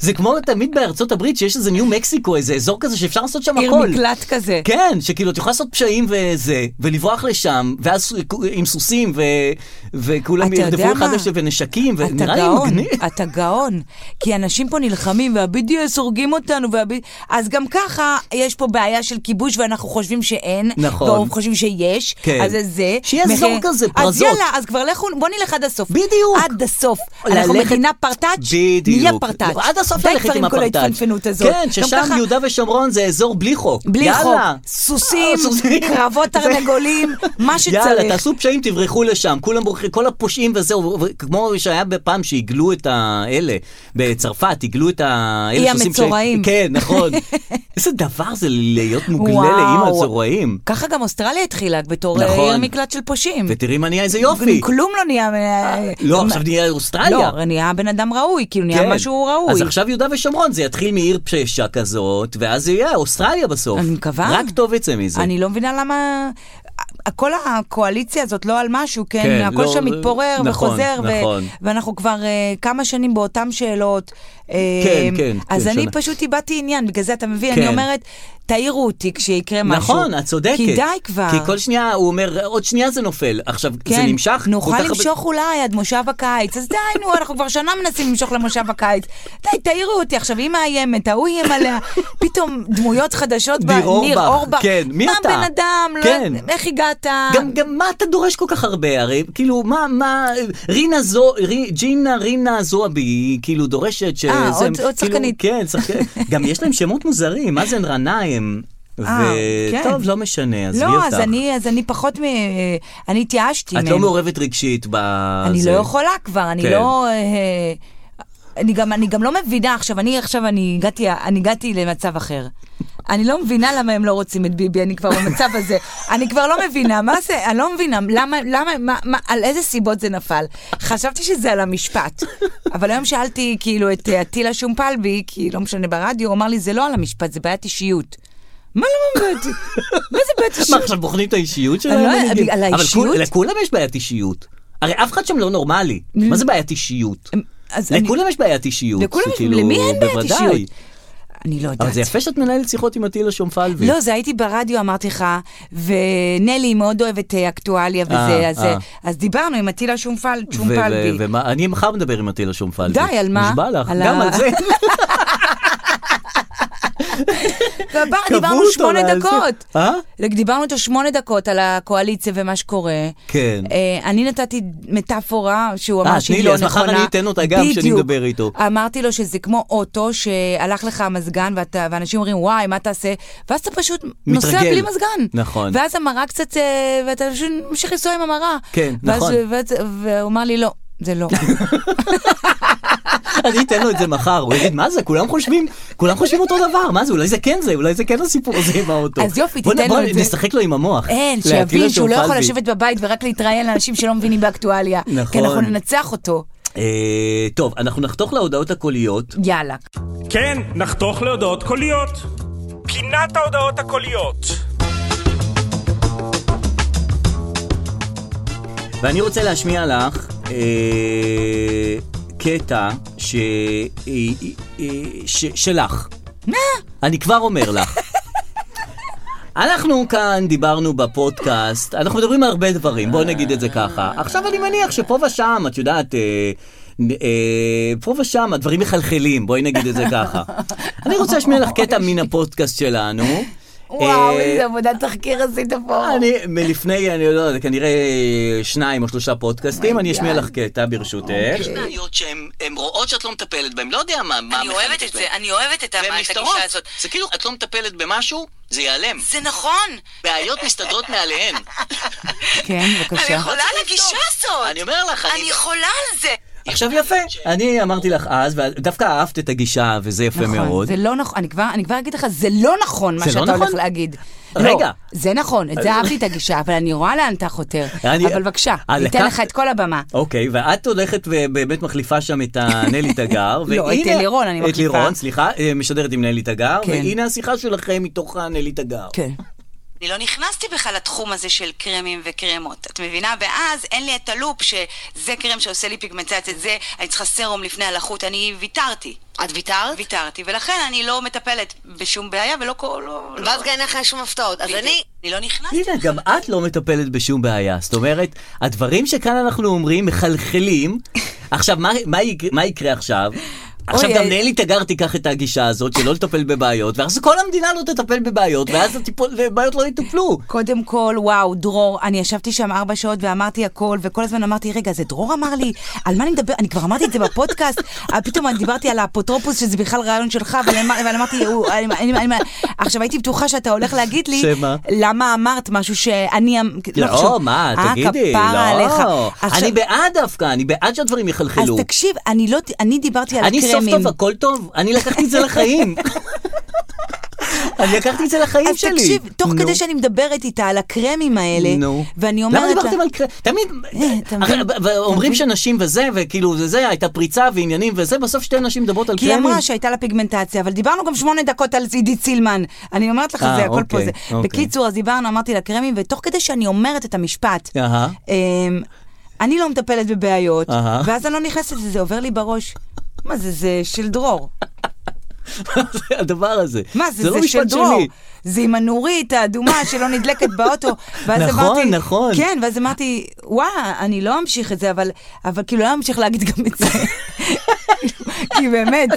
B: זה כמו תמיד בארצות הברית שיש איזה ניו מקסיקו, איזה אזור כזה שאפשר לעשות שם
C: עיר
B: הכל.
C: מקלט כזה.
B: כן, שכאילו את יכולה לעשות פשעים וזה, ולברוח לשם, ואז עם סוסים, ו... וכולם
C: אתה יודע
B: ירדפו אחד
C: מה?
B: לשם ונשקים,
C: אתה
B: ונראה לי
C: גאון, אה,
B: מגניב.
C: אתה גאון, כי אנשים פה נלחמים וה-BDS הורגים אותנו, וה אז גם ככה יש פה בעיה של כיבוש ואנחנו חושבים שאין,
B: נכון.
C: ואנחנו חושבים שיש,
B: כן.
C: אז זה זה.
B: שיהיה אזור כזה,
C: אז
B: פרזות.
C: יאללה, אז כבר לכו, בוא נלך עד הסוף.
B: בדיוק.
C: עד הסוף. אנחנו
B: ללכת-
C: מדינה פרטאץ',
B: בדיוק.
C: נהיה פרטאץ'.
B: עד הסוף
C: די
B: ללכת
C: כבר
B: עם
C: כל
B: הפרטאץ'.
C: ההתפנפנות הזאת.
B: כן,
C: גם
B: ששם
C: ככה-
B: יהודה ושומרון זה אזור בלי חוק.
C: בלי חוק,
B: יאללה.
C: סוסים,
B: אה, סוסים.
C: קרבות תרנגולים, מה שצריך.
B: יאללה, תעשו פשעים, תברחו לשם, כולם בורחים, כל הפושעים וזהו, ו- כמו שהיה בפעם שהגלו את האלה, בצרפת, הגלו את האלה
C: אי
B: שעושים
C: המצורעים.
B: כן, נכון. איזה דבר זה להיות מוגלה
C: וואו.
B: לאי המצורעים.
C: ככה גם אוסטרליה התחילה, בתור אה,
B: נכון.
C: עיר מקלט של פושעים.
B: ותראי מה נהיה, איזה יופי.
C: כלום לא נהיה... אה,
B: לא,
C: מה-
B: עכשיו נהיה אוסטרליה.
C: לא, נהיה בן אדם ראוי, כאילו נהיה
B: כן.
C: משהו ראוי.
B: אז עכשיו יהודה ושומרון, זה יתחיל מעיר פשע כזאת, ואז זה יהיה אוסטרליה בסוף.
C: אני מקווה.
B: רק טוב יצא מזה.
C: אני לא מבינה למה... אה, כל הקואליציה הזאת לא על משהו, כן?
B: כן,
C: הכל
B: לא,
C: שם מתפורר
B: נכון,
C: וחוזר, ו-
B: נכון.
C: ואנחנו כבר אה, כמה שנים באותן שאלות. אה,
B: כן, כן,
C: אז
B: כן,
C: אני
B: שנה.
C: פשוט איבדתי עניין, בגלל זה אתה מבין? אני
B: כן.
C: אומרת, תעירו אותי כשיקרה משהו.
B: נכון, את צודקת.
C: כי די כבר.
B: כי כל שנייה, הוא אומר, עוד שנייה זה נופל. עכשיו, זה נמשך. כל
C: כן, נוכל
B: כך הרבה-
C: למשוך אולי עד מושב הקיץ. אז די, נו, אנחנו כבר שנה מנסים למשוך למושב הקיץ. די, תעירו אותי עכשיו, היא מאיימת, ההוא איים עליה. פתאום דמויות חדשות, ב-
B: ניר
C: ניר
B: אורבך,
C: אורבך.
B: כן, מי אתה?
C: מה הבן אדם? לא-
B: כן.
C: איך הגעת?
B: גם, גם מה אתה דורש כל כך הרבה? הרי כאילו, מה, מה, רינה זו, רי, ג'ינה רינה זועבי, היא כאילו דורשת ש...
C: אה,
B: זה-
C: עוד- עוד
B: כאילו,
C: שחקנית.
B: כן, שחקנית. גם יש להם שמות מוזרים, מאזן גנאים. ו...
C: אה, כן.
B: טוב, לא משנה, עזבי
C: לא,
B: אותך.
C: אז אני, אז אני פחות מ... אה, אני התייאשתי
B: את
C: מהם.
B: לא מעורבת רגשית ב...
C: אני
B: זה.
C: לא יכולה כבר, אני
B: כן.
C: לא... אה, אני גם, אני גם לא מבינה עכשיו, אני עכשיו, אני הגעתי, אני הגעתי למצב אחר. אני לא מבינה למה הם לא רוצים את ביבי, אני כבר במצב הזה. אני כבר לא מבינה, מה זה, אני לא מבינה, למה, למה, מה, מה, על איזה סיבות זה נפל. חשבתי שזה על המשפט. אבל היום שאלתי כאילו את אה, עטילה שומפלבי, כי לא משנה ברדיו, הוא אמר לי, זה לא על המשפט, זה בעיית אישיות. מה למה בעיית אישיות? מה זה בעיית
B: מה,
C: אישיות?
B: עכשיו בוחנים את האישיות
C: אני
B: שלהם?
C: לא-
B: אני אגיד?
C: על האישיות?
B: אבל כול- לכולם יש בעיית אישיות. הרי אף אחד שם לא נורמלי. מה זה בעיית אישיות?
C: אז אני-
B: לכולם יש בעיית אישיות.
C: לכולם יש-
B: שכאילו,
C: למי אין בעיית
B: כאילו, בוודאי.
C: אישיות? אני לא יודעת.
B: אבל זה יפה שאת מנהלת שיחות עם עטילה שומפלבי.
C: לא, זה הייתי ברדיו, אמרתי לך, ונלי היא מאוד אוהבת אה, אקטואליה וזה,
B: אה,
C: אז, אה,
B: אה.
C: אז דיברנו עם עטילה שומפל,
B: ו- ו-
C: שומפלבי.
B: ומה, אני מחר מדבר עם עטילה שומפלבי.
C: די, על מה?
B: נשבע לך,
C: על
B: גם
C: ה-
B: על זה.
C: ובר-
B: קבעו
C: דיברנו
B: אותו
C: שמונה
B: לזה.
C: דקות.
B: אה?
C: דיברנו איתו שמונה דקות על הקואליציה ומה שקורה.
B: כן.
C: אה, אני נתתי מטאפורה שהוא
B: אה,
C: אמר
B: תני
C: שהיא
B: לי,
C: לא
B: אז
C: נכונה.
B: מחר אני אתן אותה גם כשאני
C: בדיוק.
B: מדבר איתו.
C: אמרתי לו שזה כמו אוטו שהלך לך המזגן ואתה, ואנשים אומרים וואי מה תעשה ואז אתה פשוט נוסע
B: מתרגל.
C: בלי מזגן.
B: נכון.
C: ואז המרה קצת אה, ואתה פשוט ממשיך לנסוע עם המרה.
B: כן,
C: ואז-
B: נכון.
C: ואז- והוא אמר לי לא. זה לא.
B: אני אתן לו את זה מחר, הוא יגיד, מה זה, כולם חושבים, כולם חושבים אותו דבר, מה זה, אולי זה כן זה, אולי זה כן הסיפור הזה עם האוטו.
C: אז יופי,
B: בוא נ-
C: תיתן לו
B: בוא
C: את זה.
B: נשחק לו עם המוח.
C: אין,
B: לעטילה
C: שיבין שהוא לא יכול
B: שומפלבי.
C: לשבת בבית ורק להתראיין לאנשים שלא מבינים באקטואליה. כי
B: נכון.
C: אנחנו ננצח אותו.
B: אה, טוב, אנחנו נחתוך להודעות הקוליות.
C: יאללה.
E: כן, נחתוך להודעות קוליות. פינת ההודעות הקוליות.
B: ואני רוצה להשמיע לך אה, קטע ש... אה, אה, ש... שלך. אני כבר אומר לך. אנחנו כאן דיברנו בפודקאסט, אנחנו מדברים על הרבה דברים, בואו נגיד את זה ככה. עכשיו אני מניח שפה ושם, את יודעת, אה, אה, פה ושם הדברים מחלחלים, בואי נגיד את זה ככה. אני רוצה להשמיע לך קטע מן הפודקאסט שלנו.
C: וואו,
B: אה,
C: איזה עבודת תחקיר עשית פה.
B: אני מלפני, אני לא יודע, כנראה שניים או שלושה פודקאסטים, אני אשמיע לך קטע ברשותך. יש בעיות שהן רואות שאת לא מטפלת בהן, לא יודע מה, מה
F: אני אוהבת את זה, אני אוהבת את ה- את הגישה הזאת.
B: זה כאילו, את לא מטפלת במשהו, זה ייעלם.
F: זה נכון!
B: בעיות מסתדרות מעליהן.
C: כן,
F: אני
C: בבקשה.
F: יכולה על הגישה הזאת!
B: אני אומר לך,
F: אני יכולה על זה!
B: עכשיו יפה, אני אמרתי לך אז, ודווקא אהבת את הגישה, וזה יפה
C: נכון,
B: מאוד.
C: זה לא נכון, אני כבר, אני כבר אגיד לך, זה לא נכון מה
B: זה לא
C: שאתה
B: נכון?
C: הולך להגיד.
B: רגע.
C: לא, זה נכון, את זה אהבתי את הגישה, אבל אני רואה לאן אתה חותר.
B: אני-
C: אבל בבקשה,
B: אה,
C: ניתן
B: לקח-
C: לך את כל הבמה.
B: אוקיי, ואת הולכת ובאמת מחליפה שם את הנלי תגר.
C: לא, את
B: והנה-
C: לירון אני
B: את
C: מחליפה.
B: לירון, סליחה, אה, משדרת עם נלי תגר,
C: כן.
B: והנה השיחה שלכם מתוך הנלי תגר.
C: כן.
F: אני לא נכנסתי בכלל לתחום הזה של קרמים וקרמות, את מבינה? ואז אין לי את הלופ שזה קרם שעושה לי פיגמנטציה, זה אני צריכה סרום לפני הלחות, אני ויתרתי.
G: את ויתרת?
F: ויתרתי, ולכן אני לא מטפלת בשום בעיה ולא כל... לא, לא.
G: ואז גם אין לך שום הפתעות. אז
F: בדיוק.
G: אני...
F: אני לא נכנסתי.
B: הנה, גם את לא מטפלת בשום בעיה. זאת אומרת, הדברים שכאן אנחנו אומרים מחלחלים. עכשיו, מה, מה, יק- מה יקרה עכשיו? עכשיו
C: אוי, אה,
B: גם
C: אוי.
B: נלי תגר תיקח את הגישה הזאת שלא לטפל בבעיות, ואז כל המדינה לא תטפל בבעיות, ואז הטיפול- הבעיות לא יטופלו.
C: קודם כל, וואו, דרור, אני ישבתי שם ארבע שעות ואמרתי הכל, וכל הזמן אמרתי, רגע, זה דרור אמר לי? על מה אני מדבר? אני כבר אמרתי את זה בפודקאסט, אבל פתאום אני דיברתי על האפוטרופוס, שזה בכלל רעיון שלך, ואני אמר- ואני אמרתי, "הוא, אני- אני- אני- עכשיו הייתי בטוחה שאתה הולך להגיד לי,
B: שמה?
C: למה אמרת משהו שאני... אמ-
B: לא,
C: חשוב.
B: מה,
C: אה,
B: תגידי,
C: כפרה עליך.
B: לא.
C: עכשיו-
B: אני בעד דווקא, אני בעד שהדברים
C: אז
B: יחלחלו.
C: תקשיב, אני לא... ת- אני דיברתי על
B: אני סוף
C: קרמים.
B: טוב, הכל טוב, אני לקחתי את זה לחיים. אני לקחתי את זה לחיים
C: אז
B: שלי.
C: תקשיב, תוך
B: נו.
C: כדי שאני מדברת איתה על הקרמים האלה,
B: נו.
C: ואני אומרת לה... אה,
B: למה דיברתם על קרם? תמיד...
C: אתה מבין?
B: אחרי- ו- אומרים שנשים וזה, וכאילו זה זה, הייתה פריצה ועניינים וזה, בסוף שתי נשים מדברות על
C: כי היא
B: קרמים.
C: אמרה שהייתה לה פיגמנטציה, אבל דיברנו גם שמונה דקות על עידית סילמן. אני אומרת לך,
B: אה,
C: זה הכל פה
B: אוקיי,
C: זה.
B: אוקיי.
C: בקיצור, אז דיברנו, אמרתי לה קרמים, ותוך כדי שאני אומרת את המשפט,
B: אהה.
C: אמ, אני לא מטפלת בבעיות,
B: אהה.
C: ואז אני לא נכנסת לזה, זה עובר לי בראש. מה זה, זה של דרור.
B: זה הדבר הזה.
C: מה זה,
B: לא
C: זה של
B: משפט
C: דרור.
B: שלי.
C: זה עם הנורית האדומה שלא נדלקת באוטו. ואז
B: נכון,
C: אמרתי,
B: נכון.
C: כן, ואז אמרתי, וואה, אני לא אמשיך את זה, אבל, אבל כאילו לא אמשיך להגיד גם את זה. כי באמת,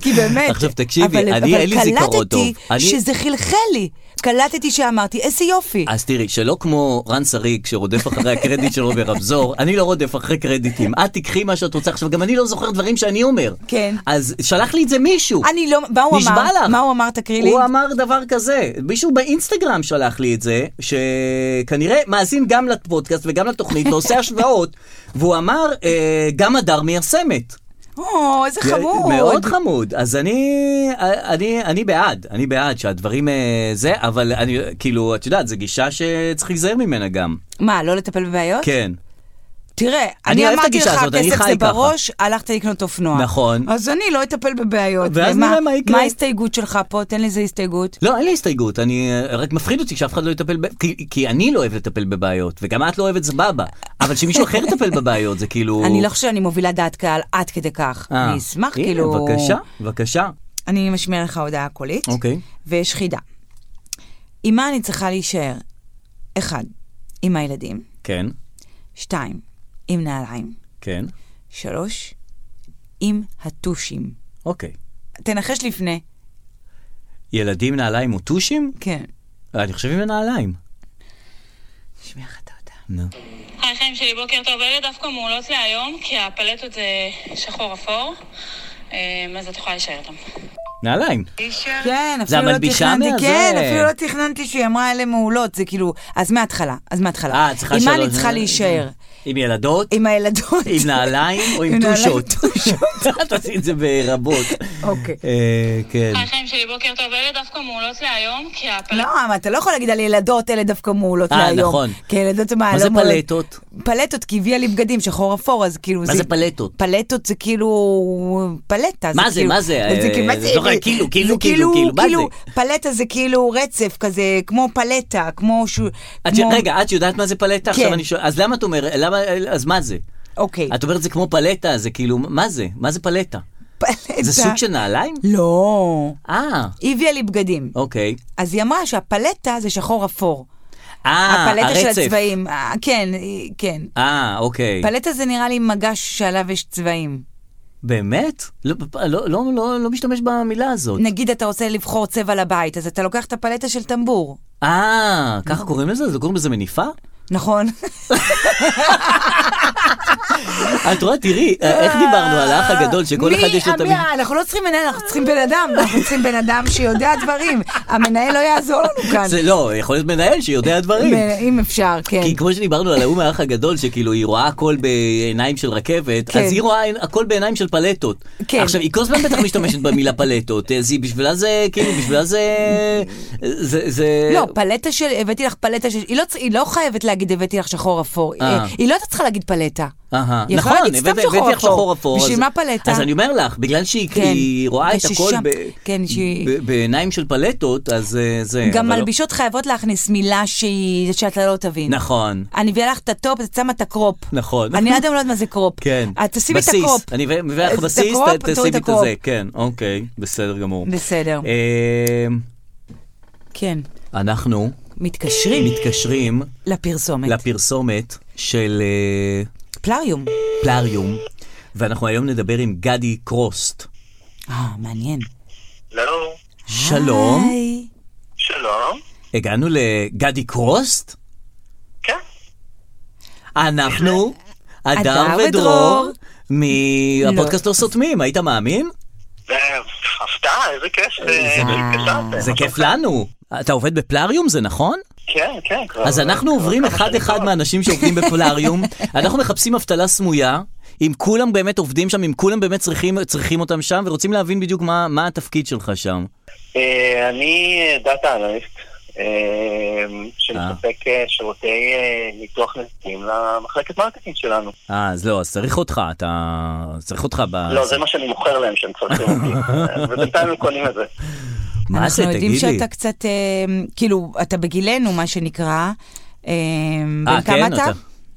C: כי באמת.
B: עכשיו, תקשיבי,
C: אבל,
B: אני, אין לי זיכרון
C: אבל קלטתי
B: טוב. אני-
C: שזה חלחל לי. קלטתי שאמרתי, איזה יופי.
B: אז תראי, שלא כמו רן שריג שרודף אחרי הקרדיט שלו ברמזור, אני לא רודף אחרי קרדיטים. את תיקחי מה שאת רוצה. עכשיו, גם אני לא זוכר דברים שאני אומר.
C: כן.
B: אז שלח לי את זה מישהו.
C: אני לא, מה הוא
B: נשבע
C: אמר?
B: לך.
C: מה הוא אמר? תקריא לי.
B: הוא אמר דבר כזה, מישהו באינסטגרם שלח לי את זה, שכנראה מאזין גם לפודקאסט וגם לתוכנית ועושה השוואות, והוא אמר, אה, גם הדר מיישמת.
C: או, איזה חמוד.
B: אמ- כן, מאוד חמוד. אז אני, אני, אני בעד, אני בעד שהדברים אה, זה, אבל אני, כאילו, את יודעת, זו גישה שצריך להיזהר ממנה גם.
C: מה, לא לטפל בבעיות?
B: כן.
C: תראה,
B: אני
C: אני
B: אוהב את
C: אמרתי לך,
B: הגישה הזאת, אני
C: הכסף
B: חי
C: זה
B: ככה."
C: בראש, הלכת לקנות אופנוע.
B: נכון.
C: אז אני לא אטפל בבעיות.
B: ואז
C: ומה-
B: נראה מה יקרה.
C: מה ההסתייגות שלך פה? תן לי איזה הסתייגות.
B: לא, אין לי הסתייגות, אני אה, רק מפחיד אותי שאף אחד לא יטפל, ב... כי, כי אני לא אוהב לטפל בבעיות, וגם את לא אוהבת סבבה, אבל שמישהו אחר יטפל בבעיות זה כאילו...
C: אני לא חושבת שאני מובילה דעת קהל עד כדי כך.
B: אה,
C: אני אשמח,
B: הנה,
C: כאילו...
B: בבקשה, בבקשה.
C: אני משמיע לך הודעה קולית.
B: אוקיי.
C: ויש חידה. עם מה אני צריכה להישאר? אחד, עם הילדים.
B: כן,
C: שתיים, עם נעליים.
B: כן,
C: שלוש, עם הטושים.
B: אוקיי.
C: תנחש לפני.
B: ילדים נעליים וטושים?
C: כן.
B: אני חושב עם נעליים.
C: נשמיע לך את ההודעה.
B: נו.
H: היי חיים שלי, בוקר טוב. אלה דווקא מעולות להיום, כי הפלטות זה שחור אפור, אמ, אז את יכולה להישאר איתם.
B: נעליים.
C: כן,
B: זה
C: אפילו לא
B: המלבישה
C: תכננתי,
B: מה-
C: כן,
B: זה.
C: אפילו לא תכננתי שהיא אמרה אלה מעולות, זה כאילו, אז מההתחלה, אז מההתחלה.
B: אה, את צריכה
C: עם מה
B: שלוש-
C: אני צריכה להישאר?
B: עם ילדות?
C: עם הילדות.
B: עם נעליים או עם
C: נעליים
B: טושות?
C: וטושות.
B: את עשית את זה ברבות.
C: אוקיי.
B: אה, כן.
H: היי חיים שלי, בוקר טוב. אלה דווקא מעולות להיום, כי הפלטות...
C: לא, אבל אתה לא יכול להגיד על ילדות, אלה דווקא מעולות
B: אה,
C: להיום.
B: נכון.
C: כי ילדות זה מה...
B: מה זה
C: לא מעולות.
B: פלטות?
C: פלטות, כי הביאה לי בגדים שחור אפור, אז כאילו...
B: מה זה פלטות?
C: פלטות זה כאילו... פלטה.
B: מה זה,
C: כאילו-
B: מה זה?
C: כאילו-
B: אה,
C: מה
B: זוכר, כאילו,
C: זה
B: כאילו, כאילו, כאילו, מה זה?
C: פלטה זה כאילו רצף כזה, כמו פלטה, כמו... ש-
B: את ש-
C: כמו-
B: רגע, את יודעת מה זה פלטה? עכשיו
C: כן.
B: אני שואל, אז למה את אומרת, למה, אז מה זה?
C: אוקיי.
B: את אומרת זה כמו פלטה, זה כאילו, מה זה? מה זה פלטה?
C: פלטה.
B: זה סוג של נעליים?
C: לא.
B: אה,
C: היא הביאה לי בגדים.
B: אוקיי.
C: אז היא אמרה שהפלטה זה שחור אפור.
B: אה, הרצף.
C: הפלטה של הצבעים. אה, כן, היא- כן.
B: אה, אוקיי.
C: פלטה זה נראה לי מגש שעליו יש צבעים.
B: באמת? לא, לא, לא, לא, לא משתמש במילה הזאת.
C: נגיד אתה רוצה לבחור צבע לבית, אז אתה לוקח את הפלטה של טמבור,
B: אה, ככה נכון, קוראים לזה? זה קוראים לזה מניפה?
C: נכון?
B: את רואה, תראי, איך דיברנו על האח הגדול שכל
C: מי
B: אחד יש לו תמיד...
C: המאה? אנחנו לא צריכים מנהל, אנחנו צריכים בן אדם, אנחנו צריכים בן אדם שיודע דברים. המנהל לא יעזור לנו כאן.
B: זה לא, יכול להיות מנהל שיודע דברים.
C: אם אפשר, כן.
B: כי כמו שדיברנו על ההוא מהאח הגדול, שכאילו היא רואה הכל בעיניים של רכבת,
C: כן.
B: אז היא רואה עין- הכל בעיניים של פלטות.
C: כן.
B: עכשיו, היא כל הזמן בטח משתמשת במילה פלטות, אז היא בשבילה זה, כאילו, בשבילה זה... זה... זה...
C: לא, פלטה של, הבאתי לך פלטה של, היא לא, צ- היא לא חייבת להגיד הבאתי לך שחור אפור.
B: אה.
C: אה, היא לא הייתה צריכה להגיד פלטה.
B: אהה,
C: היא יכולה
B: נכון,
C: להגיד סתם
B: הבאת-
C: שחור
B: הבאתי לך
C: אפור.
B: שחור אפור.
C: בשביל
B: אז-
C: מה פלטה?
B: אז אני אומר לך, בגלל שהיא
C: כן.
B: היא רואה את הכל
C: בשישה.
B: ב-
C: כן, שהיא-
B: ב- בעיניים של פלטות, אז אה, זה...
C: גם
B: אבל לא-
C: מלבישות חייבות להכניס מילה שהיא, שאתה לא תבין.
B: נכון.
C: אני מביאה לך את הטופ, את שמה את הקרופ.
B: נכון.
C: אני עד היום לא יודעת מה זה קרופ.
B: כן.
C: את אה, תשימי את
B: בסיס.
C: הקרופ.
B: אני מביא לך
C: אז את
B: בסיס,
C: הקרופ,
B: ת-
C: תוריד
B: תשימי
C: את
B: את זה.
C: הקרופ.
B: כן, אוקיי, בסדר גמור.
C: בסדר.
B: אה,
C: כן.
B: אנחנו
C: מתקשרים
B: מתקשרים
C: לפרסומת.
B: לפרסומת של אה,
C: פלריום.
B: פלאריום, ואנחנו היום נדבר עם גדי קרוסט.
C: אה, מעניין.
G: לא,
B: שלום,
C: היי.
G: שלום.
B: הגענו לגדי קרוסט?
G: כן,
B: אנחנו, אדר
C: אדר
B: ודרור,
C: אה, ודרור.
B: מהפודקאסט לא סותמים, היית מאמין?
G: זה הפתעה, איזה כיף אה, שהתקשרתם.
B: זה כיף לנו. אתה עובד בפלאריום, זה נכון?
G: כן, כן. כבר-
B: אז אנחנו
G: כבר
B: עוברים
G: כמה שנים
B: אחד-אחד
G: כבר.
B: מהאנשים שעובדים בפולריום, אנחנו מחפשים אבטלה סמויה. אם כולם באמת עובדים שם, אם כולם באמת צריכים, צריכים אותם שם, ורוצים להבין בדיוק מה, מה התפקיד שלך שם.
G: אה, אני דאטה אנליסט, אה, שמספק אה, שירותי אה, ניתוח נזקים למחלקת מרקטינג שלנו.
B: אה, אז לא, אז צריך אותך, אתה... צריך אותך ב... אה,
G: לא, זה מה שאני מוכר להם שהם צריכים אותי. אה, ובינתיים הם קונים את זה.
B: מה זה,
C: אנחנו יודעים
B: תגיד לי.
C: שאתה קצת, אה, כאילו, אתה בגילנו, מה שנקרא. אה,
B: אה,
G: לא-
C: בן כמה
B: כן,
C: אתה?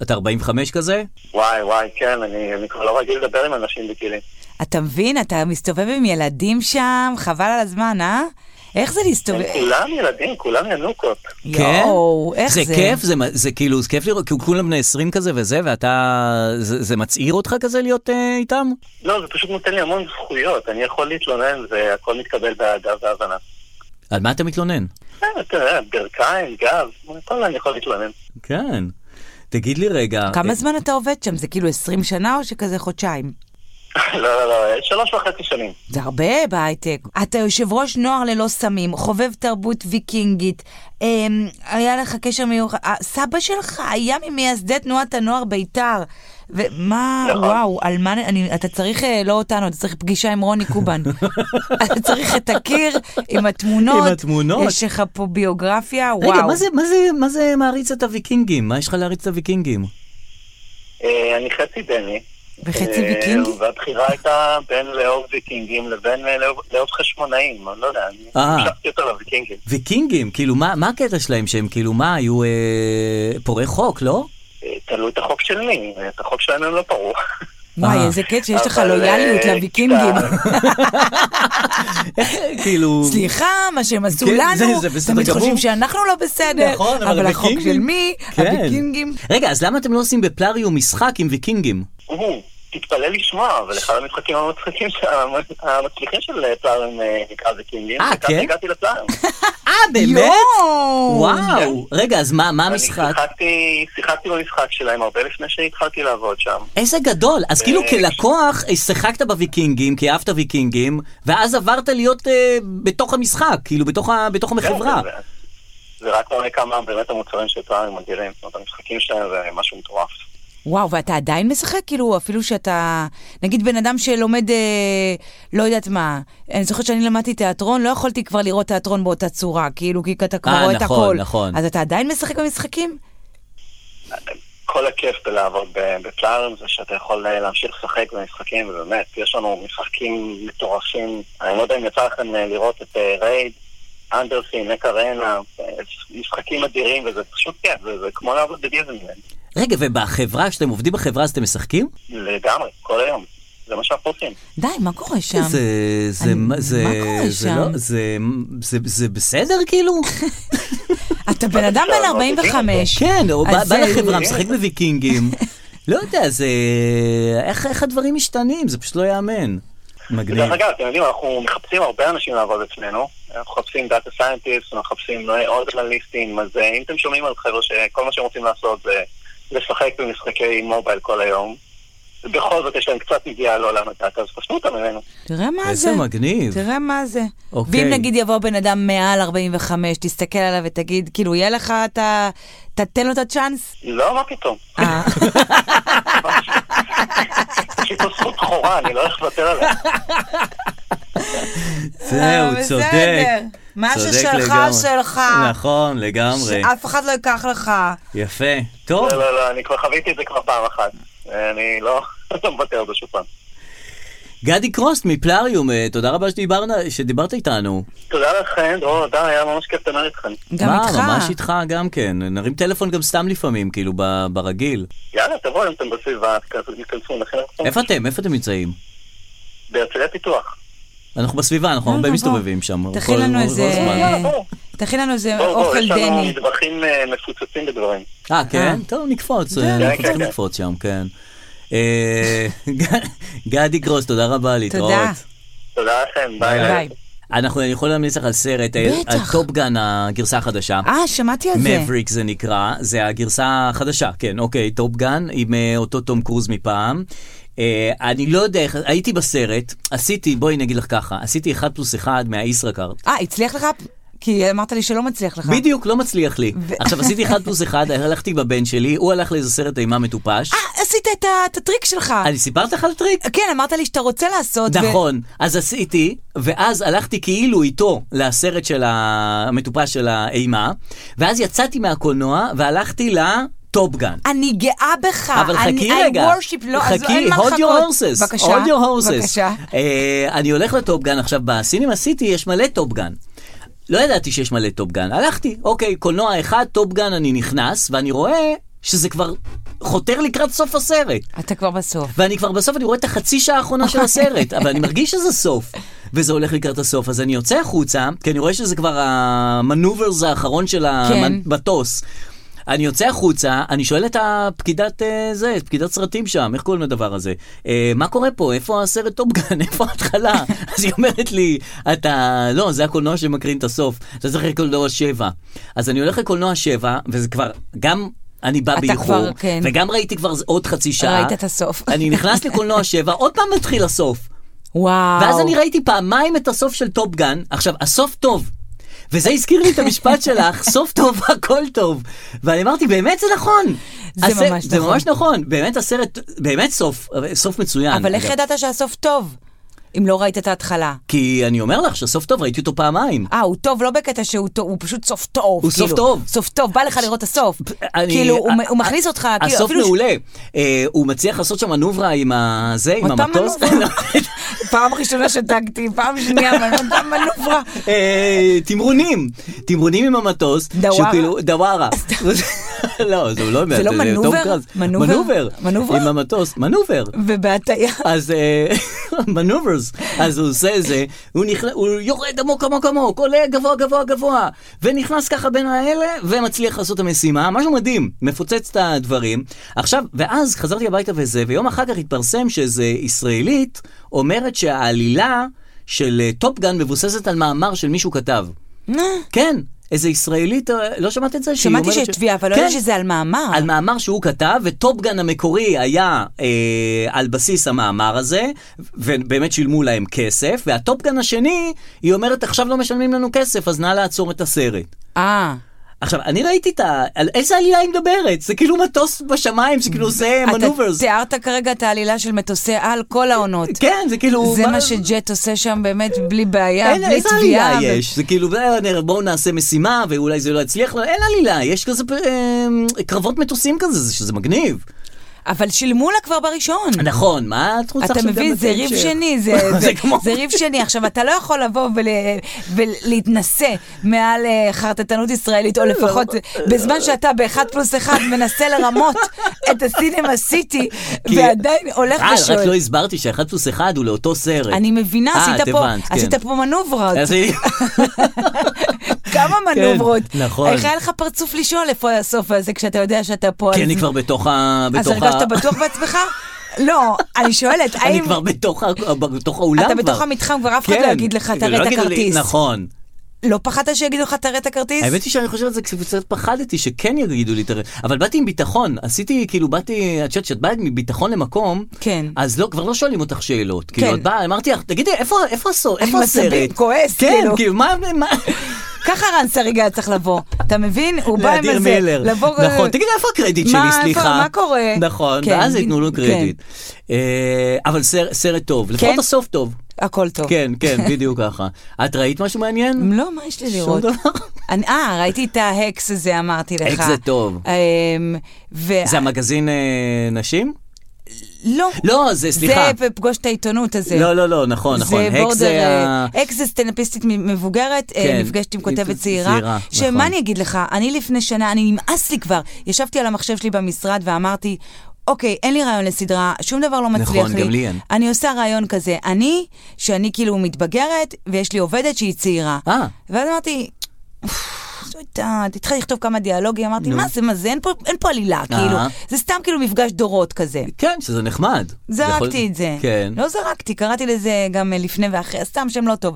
B: אתה 45 כזה?
G: וואי, וואי, כן, אני אני כבר לא רגיל לדבר עם אנשים בגילי.
C: אתה מבין? אתה מסתובב עם ילדים שם, חבל על הזמן, אה? איך זה
G: הם
B: אה-
C: להסתובב?
G: כולם ילדים, כולם ינוקות.
B: כן.
C: יואו, איך זה?
B: זה כיף, זה, מ- זה כאילו, זה כיף לראות, כי כולם בני 20 כזה וזה, ואתה... זה, זה מצעיר אותך כזה להיות אה, איתם?
G: לא, זה פשוט נותן לי המון זכויות, אני יכול להתלונן והכל מתקבל באהדה והבנה.
B: על מה אתה מתלונן?
G: כן, אתה יודע, ברכיים, גב, כל אני יכול להתלונן.
B: כן. תגיד לי רגע.
C: כמה
B: אה,
C: זמן אתה עובד שם? זה כאילו 20 שנה או שכזה חודשיים?
G: לא, לא, לא, שלוש וחצי שנים.
C: זה הרבה בהייטק. אתה יושב ראש נוער ללא סמים, חובב תרבות ויקינגית, אמ, היה לך קשר מיוחד, אה, סבא שלך היה ממייסדי תנועת הנוער בית"ר. ומה,
B: לא.
G: נכון.
C: וואו, על מה, אני, אתה צריך, אה, לא אותנו, אתה צריך פגישה עם רוני קובן. אתה צריך את הקיר עם התמונות.
B: עם התמונות.
C: יש לך פה ביוגרפיה, וואו.
B: רגע, מה זה, מה, זה, מה זה מעריץ את הוויקינגים? מה יש לך להריץ את הוויקינגים?
G: אה, אני חצי דני.
C: וחצי
G: אה,
C: ויקינגי?
G: והבחירה הייתה בין לאהוב ויקינגים לבין אה, לאהוב- לאהוב חשמונאים, אני לא יודע, אני
B: אה.
G: המשכתי אותו לוויקינגים.
B: ויקינגים, כאילו, מה, מה הקטע שלהם שהם כאילו, מה, היו אה, פורעי חוק, לא?
G: אה, תלוי את החוק של מי, אה, את החוק שלנו הם לא פרעו.
C: וואי,
B: אה. כן.
C: איזה קטע שיש לך
G: אבל, אה,
C: לויאליות לוויקינגים.
B: כאילו...
C: סליחה, מה שהם עשו
B: כן, זה-
C: לנו,
B: זה בסדר
C: תמיד
B: גמור.
C: חושבים שאנחנו לא בסדר,
B: נכון, אבל
C: אבל החוק
B: הוויקינגים-
C: של מי?
B: כן.
C: הוויקינגים.
B: רגע, אז למה אתם לא עושים בפלאריום משחק עם ויקינגים?
G: הוא, תתפלא לשמוע, אבל אחד המשחקים המצחיקים של- המצליחים של אה, פלארם אה, נקרא ויקינגים,
B: אה,
G: וככה
B: כן?
G: הגעתי לפלארם.
B: אה,
C: יואו!
B: וואו. רגע, אז מה מה
G: אני
B: המשחק?
G: שיחקתי, שיחקתי במשחק שלהם הרבה לפני שהתחלתי לעבוד שם.
B: איזה גדול. אז כאילו כלקוח אה, שיחקת בוויקינגים, כי אהבת ויקינגים, ואז עברת להיות אה, בתוך המשחק, כאילו בתוך ה- בתוך
G: כן,
B: החברה.
G: זה- זה רק מראה כמה באמת המוצרים של פעם הם אדירים, זאת אומרת המשחקים שלהם זה משהו מטורף.
C: וואו, ואתה עדיין משחק? כאילו, אפילו שאתה... נגיד בן אדם שלומד, אה, לא יודעת מה, אני זוכרת שאני למדתי תיאטרון, לא יכולתי כבר לראות תיאטרון באותה צורה, כאילו, כי אתה כבר
B: אה,
C: רואה את
B: נכון,
C: הכל.
B: נכון.
C: אז אתה עדיין משחק במשחקים?
G: כל הכיף בלעבוד ב- בפלארם זה שאתה יכול אה, להמשיך לשחק במשחקים, ובאמת, יש לנו משחקים מטורפים. אני לא יודע אם יצא לכם אה, לראות את אה, רייד, אנדרסין, נק ארנה, אה, משחקים אדירים, וזה פשוט כיף, זה זה כמו לעבוד בדיזנגלנד.
B: רגע, ובחברה, כשאתם עובדים בחברה, אז אתם משחקים?
G: לגמרי, כל היום. זה מה שאנחנו עושים.
C: די, מה קורה שם?
B: זה... זה...
C: אני-
B: מה- זה...
C: מה קורה
B: זה
C: שם?
B: לא- זה... זה- זה בסדר, כאילו?
C: אתה בן אדם בן 45.
B: כן, או בא
C: אז אה,
B: בא
C: זה-
B: לחברה, משחק בוויקינגים. לא יודע, זה... איך איך הדברים משתנים? זה פשוט לא ייאמן. מגניב.
G: דרך אגב, אתם יודעים, אנחנו מחפשים הרבה אנשים לעבוד אצלנו. אנחנו מחפשים דאטה סיינטיסט, אנחנו מחפשים אה, עוד אנליסטים, אז אה, אם אתם שומעים על חבר'ה שכל מה שהם רוצים לעשות זה לשחק במשחקי מובייל כל היום, בכל זאת יש להם קצת נגיעה לא למדעת, אז פסלו אותם אלינו.
C: תראה מה זה.
B: איזה מגניב.
C: תראה מה זה.
B: אוקיי.
C: ואם נגיד יבוא בן אדם מעל 45, תסתכל עליו ותגיד, כאילו, יהיה לך, אתה... תתן לו את הצ'אנס?
G: לא, מה פתאום.
C: אה,
G: יש לי פה זכות בכורה, אני לא הולך לוותר עליה.
B: זהו,
C: אה, בסדר.
B: צודק.
C: מה
B: צודק
C: ששלך,
B: לגמרי.
C: שלך.
B: נכון, לגמרי.
C: שאף אחד לא ייקח לך.
B: יפה. טוב,
G: לא, לא, לא, אני כבר חוויתי את זה כבר פעם אחת. אני לא לא מוותר על זה שוב פעם.
B: גדי קרוסט מפלריום, אה, תודה רבה שדיברנו- שדיברת איתנו.
G: תודה לכם, דרור, די, היה ממש כיף לדבר איתכם.
C: גם
B: מה,
C: איתך.
B: ממש איתך גם כן. נרים טלפון גם סתם לפעמים, כאילו, ב- ברגיל.
G: יאללה, תבואו אם אתם בסביבה, תכנסו, תיכנסו, נכין לכם.
B: איפה אתם? איפה אתם נמצאים?
G: בהרצליה פיתוח.
B: אנחנו בסביבה, אנחנו
C: יאללה,
B: הרבה
C: בוא.
B: מסתובבים שם.
C: לא תכין
B: כל-
C: לנו
B: כל
C: איזה-
B: הזמן.
G: יאללה, בואו.
C: תכין לנו איזה
G: בואו, בואו,
C: אה, אוכל
G: יש לנו
C: דני.
G: מטבחים אה, מפוצצים בדברים.
B: אה, כן? טוב, נקפוץ, אה, אנחנו
G: כן,
B: צריכים
G: כן.
B: לקפוץ שם, כן. אה, ג- גדי קרוס, תודה רבה, להתראות.
C: תודה.
G: תודה לכם, ביי.
C: ביי.
B: אנחנו, אני יכול להמליץ לך על סרט, אה,
C: בטח.
B: על טופגן, הגרסה החדשה.
C: אה, שמעתי על זה.
B: מבריק זה נקרא, זה הגרסה החדשה, כן, אוקיי, טופגן, עם אה, אותו תום קרוז מפעם. אה, אני לא יודע איך, הייתי בסרט, עשיתי, בואי נגיד לך ככה, עשיתי 1 פלוס 1 מהישראכרט.
C: אה, הצליח לך? כי אמרת לי שלא מצליח לך.
B: בדיוק, לא מצליח לי. עכשיו, עשיתי 1 פלוס 1, הלכתי בבן שלי, הוא הלך לאיזה סרט אימה מטופש.
C: אה, עשית את ה- את הטריק שלך.
B: אני סיפרת לך על טריק?
C: כן, אמרת לי שאתה רוצה לעשות. ו-
B: נכון, אז עשיתי, ואז הלכתי כאילו איתו לסרט של המטופש של האימה, ואז יצאתי מהקולנוע והלכתי לטופגן.
C: אני גאה בך.
B: אבל
C: אה, אני-
B: חכי
C: I
B: רגע,
C: worship, לא, אז לא, אין
B: חכי,
C: מה
B: hold
C: לחכות.
B: your horses,
C: בבקשה.
B: hold your horses.
C: בבקשה.
B: אה, אני הולך לטופגן, עכשיו בסינמה סיטי יש מלא טופגן. לא ידעתי שיש מלא טופגן, הלכתי, אוקיי, קולנוע אחד, טופגן, אני נכנס, ואני רואה שזה כבר חותר לקראת סוף הסרט.
C: אתה כבר בסוף.
B: ואני כבר בסוף, אני רואה את החצי שעה האחרונה של הסרט, אבל אני מרגיש שזה סוף. וזה הולך לקראת הסוף, אז אני יוצא החוצה, כי אני רואה שזה כבר המנוברס האחרון של
C: כן.
B: המטוס. אני יוצא החוצה, אני שואל את הפקידת אה, זה, את פקידת סרטים שם, איך קוראים לדבר הזה? אה, מה קורה פה? איפה הסרט טופגן? איפה ההתחלה? אז היא אומרת לי, אתה... לא, זה הקולנוע שמקרין את הסוף. אתה צריך לקולנוע 7. אז אני הולך לקולנוע 7, וזה כבר, גם אני בא
C: אתה
B: באיחור,
C: כבר, כן.
B: וגם ראיתי כבר עוד חצי שעה.
C: לא ראית את הסוף.
B: אני נכנס לקולנוע 7, עוד פעם מתחיל הסוף.
C: וואו.
B: ואז אני ראיתי פעמיים את הסוף של טופגן, עכשיו, הסוף טוב. וזה הזכיר לי את המשפט שלך, סוף טוב, הכל טוב. ואני אמרתי, באמת זה נכון.
C: זה ממש
B: זה
C: נכון.
B: ממש נכון, באמת הסרט, באמת סוף, סוף מצוין.
C: אבל איך
B: אגב.
C: ידעת שהסוף טוב? אם לא ראית את ההתחלה.
B: כי אני אומר לך שהסוף טוב, ראיתי אותו פעמיים.
C: אה, הוא טוב לא בקטע שהוא טוב, הוא פשוט סוף טוב.
B: הוא סוף
C: כאילו.
B: טוב.
C: סוף טוב, בא לך לראות את הסוף.
B: אני-
C: כאילו, הוא
B: ה-
C: הוא מכניס אותך,
B: ה-
C: כאילו,
B: הסוף
C: אפילו... ש-
B: מעולה. אה, הוא מצליח לעשות שם מנוברה עם ה- זה, עם
C: אותה
B: המטוס.
C: מנוברה. פעם ראשונה שדגתי, פעם שנייה, מנוברה, מנוברה.
B: אה, תמרונים, תמרונים עם המטוס,
C: דווארה?
B: שהוא כאילו- דווארה, לא זה לא,
C: זה לא
B: טום
C: מנובר?
B: קרוז.
C: מנובר?
B: מנובר,
C: מנובר?
B: עם המטוס, מנובר,
C: ובהטייה.
B: אז מנוברס, אז הוא עושה את זה, הוא נכנס- הוא יורד עמוק עמוק עמוק, עולה גבוה גבוה גבוה, ונכנס ככה בין האלה, ומצליח לעשות את המשימה, משהו מדהים, מפוצץ את הדברים. עכשיו, ואז חזרתי הביתה וזה, ויום אחר כך התפרסם שאיזה ישראלית אומרת שהעלילה של אה, טופגן מבוססת על מאמר של מישהו כתב. כן. איזה ישראלית, אה, לא שמעת את זה? שהיא
C: שמעתי
B: אומרת
C: שיש
B: ש-
C: תביעה, אבל לא
B: כן.
C: ידעתי שזה על מאמר.
B: על מאמר שהוא כתב, וטופגן המקורי היה אה, על בסיס המאמר הזה, ובאמת שילמו להם כסף, והטופגן השני, היא אומרת, עכשיו לא משלמים לנו כסף, אז נא לעצור את הסרט.
C: אה.
B: עכשיו, אני ראיתי את ה... על איזה עלילה היא מדברת? זה כאילו מטוס בשמיים, שכאילו זה מנוברס.
C: אתה תיארת כרגע את העלילה של מטוסי על כל העונות.
B: כן, זה כאילו...
C: זה מה שג'ט עושה שם באמת בלי בעיה,
B: אין,
C: בלי
B: איזה עלילה
C: תביעה. ו-
B: יש? זה כאילו, "אה, בואו נעשה משימה, ואולי זה לא יצליח, לא, אין עלילה, יש כזה אה, קרבות מטוסים כזה, שזה מגניב.
C: אבל שילמו לה כבר בראשון.
B: נכון, מה את רוצה
C: אתה
B: עכשיו גם
C: מבין, זה
B: לתת
C: ריב
B: ש-
C: שני, זה- זה-
B: זה כמו...
C: זה ריב שני. עכשיו, אתה לא יכול לבוא ול- ולהתנשא מעל אה, חרטטנות ישראלית, או
B: לא,
C: לפחות בזמן שאתה באחד פלוס אחד מנסה לרמות את הסינמה סיטי,
B: כי-
C: ועדיין הולך
B: אה, רק
C: ושואל.
B: לא הסברתי שאחד פלוס אחד הוא לאותו סרט.
C: אני מבינה,
B: אה,
C: עשית
B: את
C: פה-
B: הבנת, כן.
C: עשית פה מנוברות.
B: אז היא-
C: כמה מנוברות.
B: נכון.
C: איך היה לך פרצוף לשאול איפה הסוף הזה כשאתה יודע שאתה פה?
B: כי
C: אז-
B: אני כבר בתוך ה...
C: אז
B: בתוך ה-
C: הרגשת בטוח בעצמך? לא, אני שואלת,
B: אני
C: האם...
B: כבר בתוך ה- בתוך האולם כבר.
C: אתה בתוך המתחם, כבר אף אחד
B: כן.
C: לא יגיד לך, תראה
B: לא
C: את
B: יגידו לי,
C: הכרטיס.
B: נכון.
C: לא פחדת שיגידו לך תראה את הכרטיס?
B: האמת היא שאני חושב על זה קצת פחדתי שכן יגידו לי תראה, אבל באתי עם ביטחון, עשיתי כאילו באתי, את יודעת שאת באת מביטחון למקום,
C: כן.
B: אז לא, כבר לא שואלים אותך שאלות, כאילו
C: כן.
B: את באה, אמרתי לך, תגידי איפה איפה הסו- איפה
C: מסביב,
B: הסרט,
C: כועס,
B: כן,
C: כאילו.
B: כאילו מה, מה,
C: ככה רן שריג היה צריך לבוא, אתה מבין? הוא בא עם איזה...
B: לאדיר מילר,
C: לבוא-
B: נכון, תגידי איפה הקרדיט
C: מה,
B: שלי,
C: איפה-
B: סליחה,
C: מה קורה?
B: נכון,
C: כן,
B: ואז
C: בד-
B: ייתנו לו
C: כן.
B: קרדיט, אה, אבל סר- סרט טוב, לפחות
C: כן?
B: הסוף טוב,
C: הכל טוב.
B: כן, כן, בדיוק ככה, את ראית משהו מעניין?
C: לא, מה יש לי
B: שום
C: לראות?
B: דבר.
C: אני- אה, ראיתי את ההקס הזה, אמרתי לך.
B: האקס זה טוב.
C: אמ, ו...
B: זה המגזין אה, נשים?
C: לא.
B: לא, זה סליחה.
C: זה פגוש את העיתונות הזה.
B: לא, לא, לא, נכון, נכון.
C: זה
B: האקס
C: בורדר,
B: ה-
C: אה, אקס זה סטנדאפיסטית מ- מבוגרת, אה,
B: כן,
C: נפגשת עם כותבת
B: היא
C: צעירה,
B: צעירה, נכון.
C: שמה אני אגיד לך, אני לפני שנה, אני נמאס לי כבר, ישבתי על המחשב שלי במשרד ואמרתי, אוקיי, אין לי רעיון לסדרה, שום דבר לא מצליח לי.
B: נכון, גם לי אין.
C: אני עושה רעיון כזה, אני, שאני כאילו מתבגרת, ויש לי עובדת שהיא צעירה.
B: אה.
C: ואז אמרתי... "זו הייתה", התחלתי לכתוב כמה דיאלוגים, אמרתי, מה זה, מה זה, אין פה- אין פה עלילה, כאילו, זה סתם כאילו מפגש דורות כזה.
B: כן, שזה נחמד. יכול-
C: זרקתי את זה.
B: כן.
C: לא זרקתי, קראתי לזה גם אה, לפני ואחרי, סתם שם לא טוב.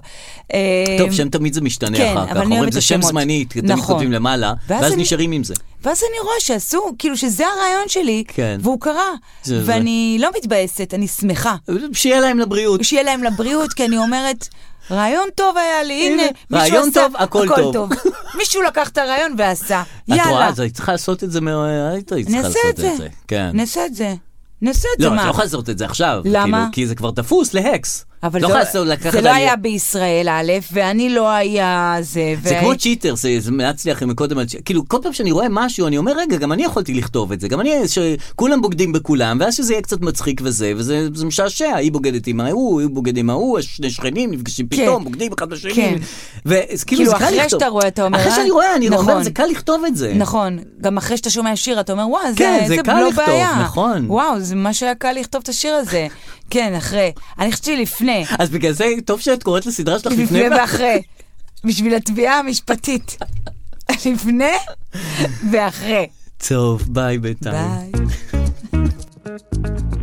C: אה,
B: טוב, שם תמיד זה משתנה
C: כן,
B: אחר
C: אבל
B: כך.
C: אני
B: אומרים,
C: אוהבת
B: זה שם
C: השמות.
B: זמני, תמיד
C: נכון.
B: כותבים למעלה,
C: ואז
B: ואז
C: אני-
B: נשארים עם זה.
C: ואז אני רואה שעשו, כאילו שזה הרעיון שלי,
B: כן.
C: והוא קרה.
B: זה-
C: ואני לא מתבאסת, אני שמחה.
B: שיהיה להם לבריאות.
C: שיהיה להם לבריאות, כי אני אומרת, רעיון טוב היה לי, הנה,
B: הנה,
C: מישהו
B: רעיון
C: עשה,
B: טוב, הכל טוב."
C: מישהו לקח את הרעיון ועשה,
B: את רואה,
C: יאללה,
B: אז היית צריכה לעשות את זה, מה- היית צריכה
C: נעשה
B: לעשות
C: את זה.
B: כן.
C: נעשה את זה. נעשה את זה,
B: לא, את
C: מה?
B: לא יכולה לעשות את זה עכשיו.
C: למה?
B: כאילו, כי זה כבר תפוס להקס.
C: אבל
B: לא
C: זה-
B: יכולה לעשות- לקחת
C: זה לא
B: לה-
C: היה בישראל א', ואני לא היה זה.
B: זה
C: ו-
B: כמו צ'יטר, זה זה להצליח עם קודם, על צ'- כאילו כל פעם שאני רואה משהו אני אומר רגע גם אני יכולתי לכתוב את זה, גם אני, שכולם בוגדים בכולם ואז שזה יהיה קצת מצחיק וזה, וזה זה משעשע, היא בוגדת עם ההוא, היא בוגדת עם ההוא, שני שכנים נפגשים
C: כן.
B: פתאום, בוגדים אחד בשני,
C: כן.
B: וזה כאילו
C: כאילו,
B: זה קל לכתוב.
C: אחרי שאתה רואה, אתה אומר,
B: אחרי
C: אה,
B: שאני רואה אני אומר
C: נכון.
B: זה קל לכתוב את זה.
C: נכון, גם אחרי שאתה שומע שיר אתה אומר וואו,
B: כן,
C: זה,
B: זה קל
C: לא
B: לכתוב,
C: בעיה.
B: נכון.
C: וואו, זה מה שהיה קל לכתוב את השיר הזה. כן, אחרי. אני חושבת שלפני,
B: אז בגלל זה טוב שאת קוראת לסדרה שלך לפני
C: לפני
B: ואחרי.
C: ואחרי. בשביל התביעה המשפטית. לפני ואחרי.
B: טוב ביי בינתיים.
C: ביי.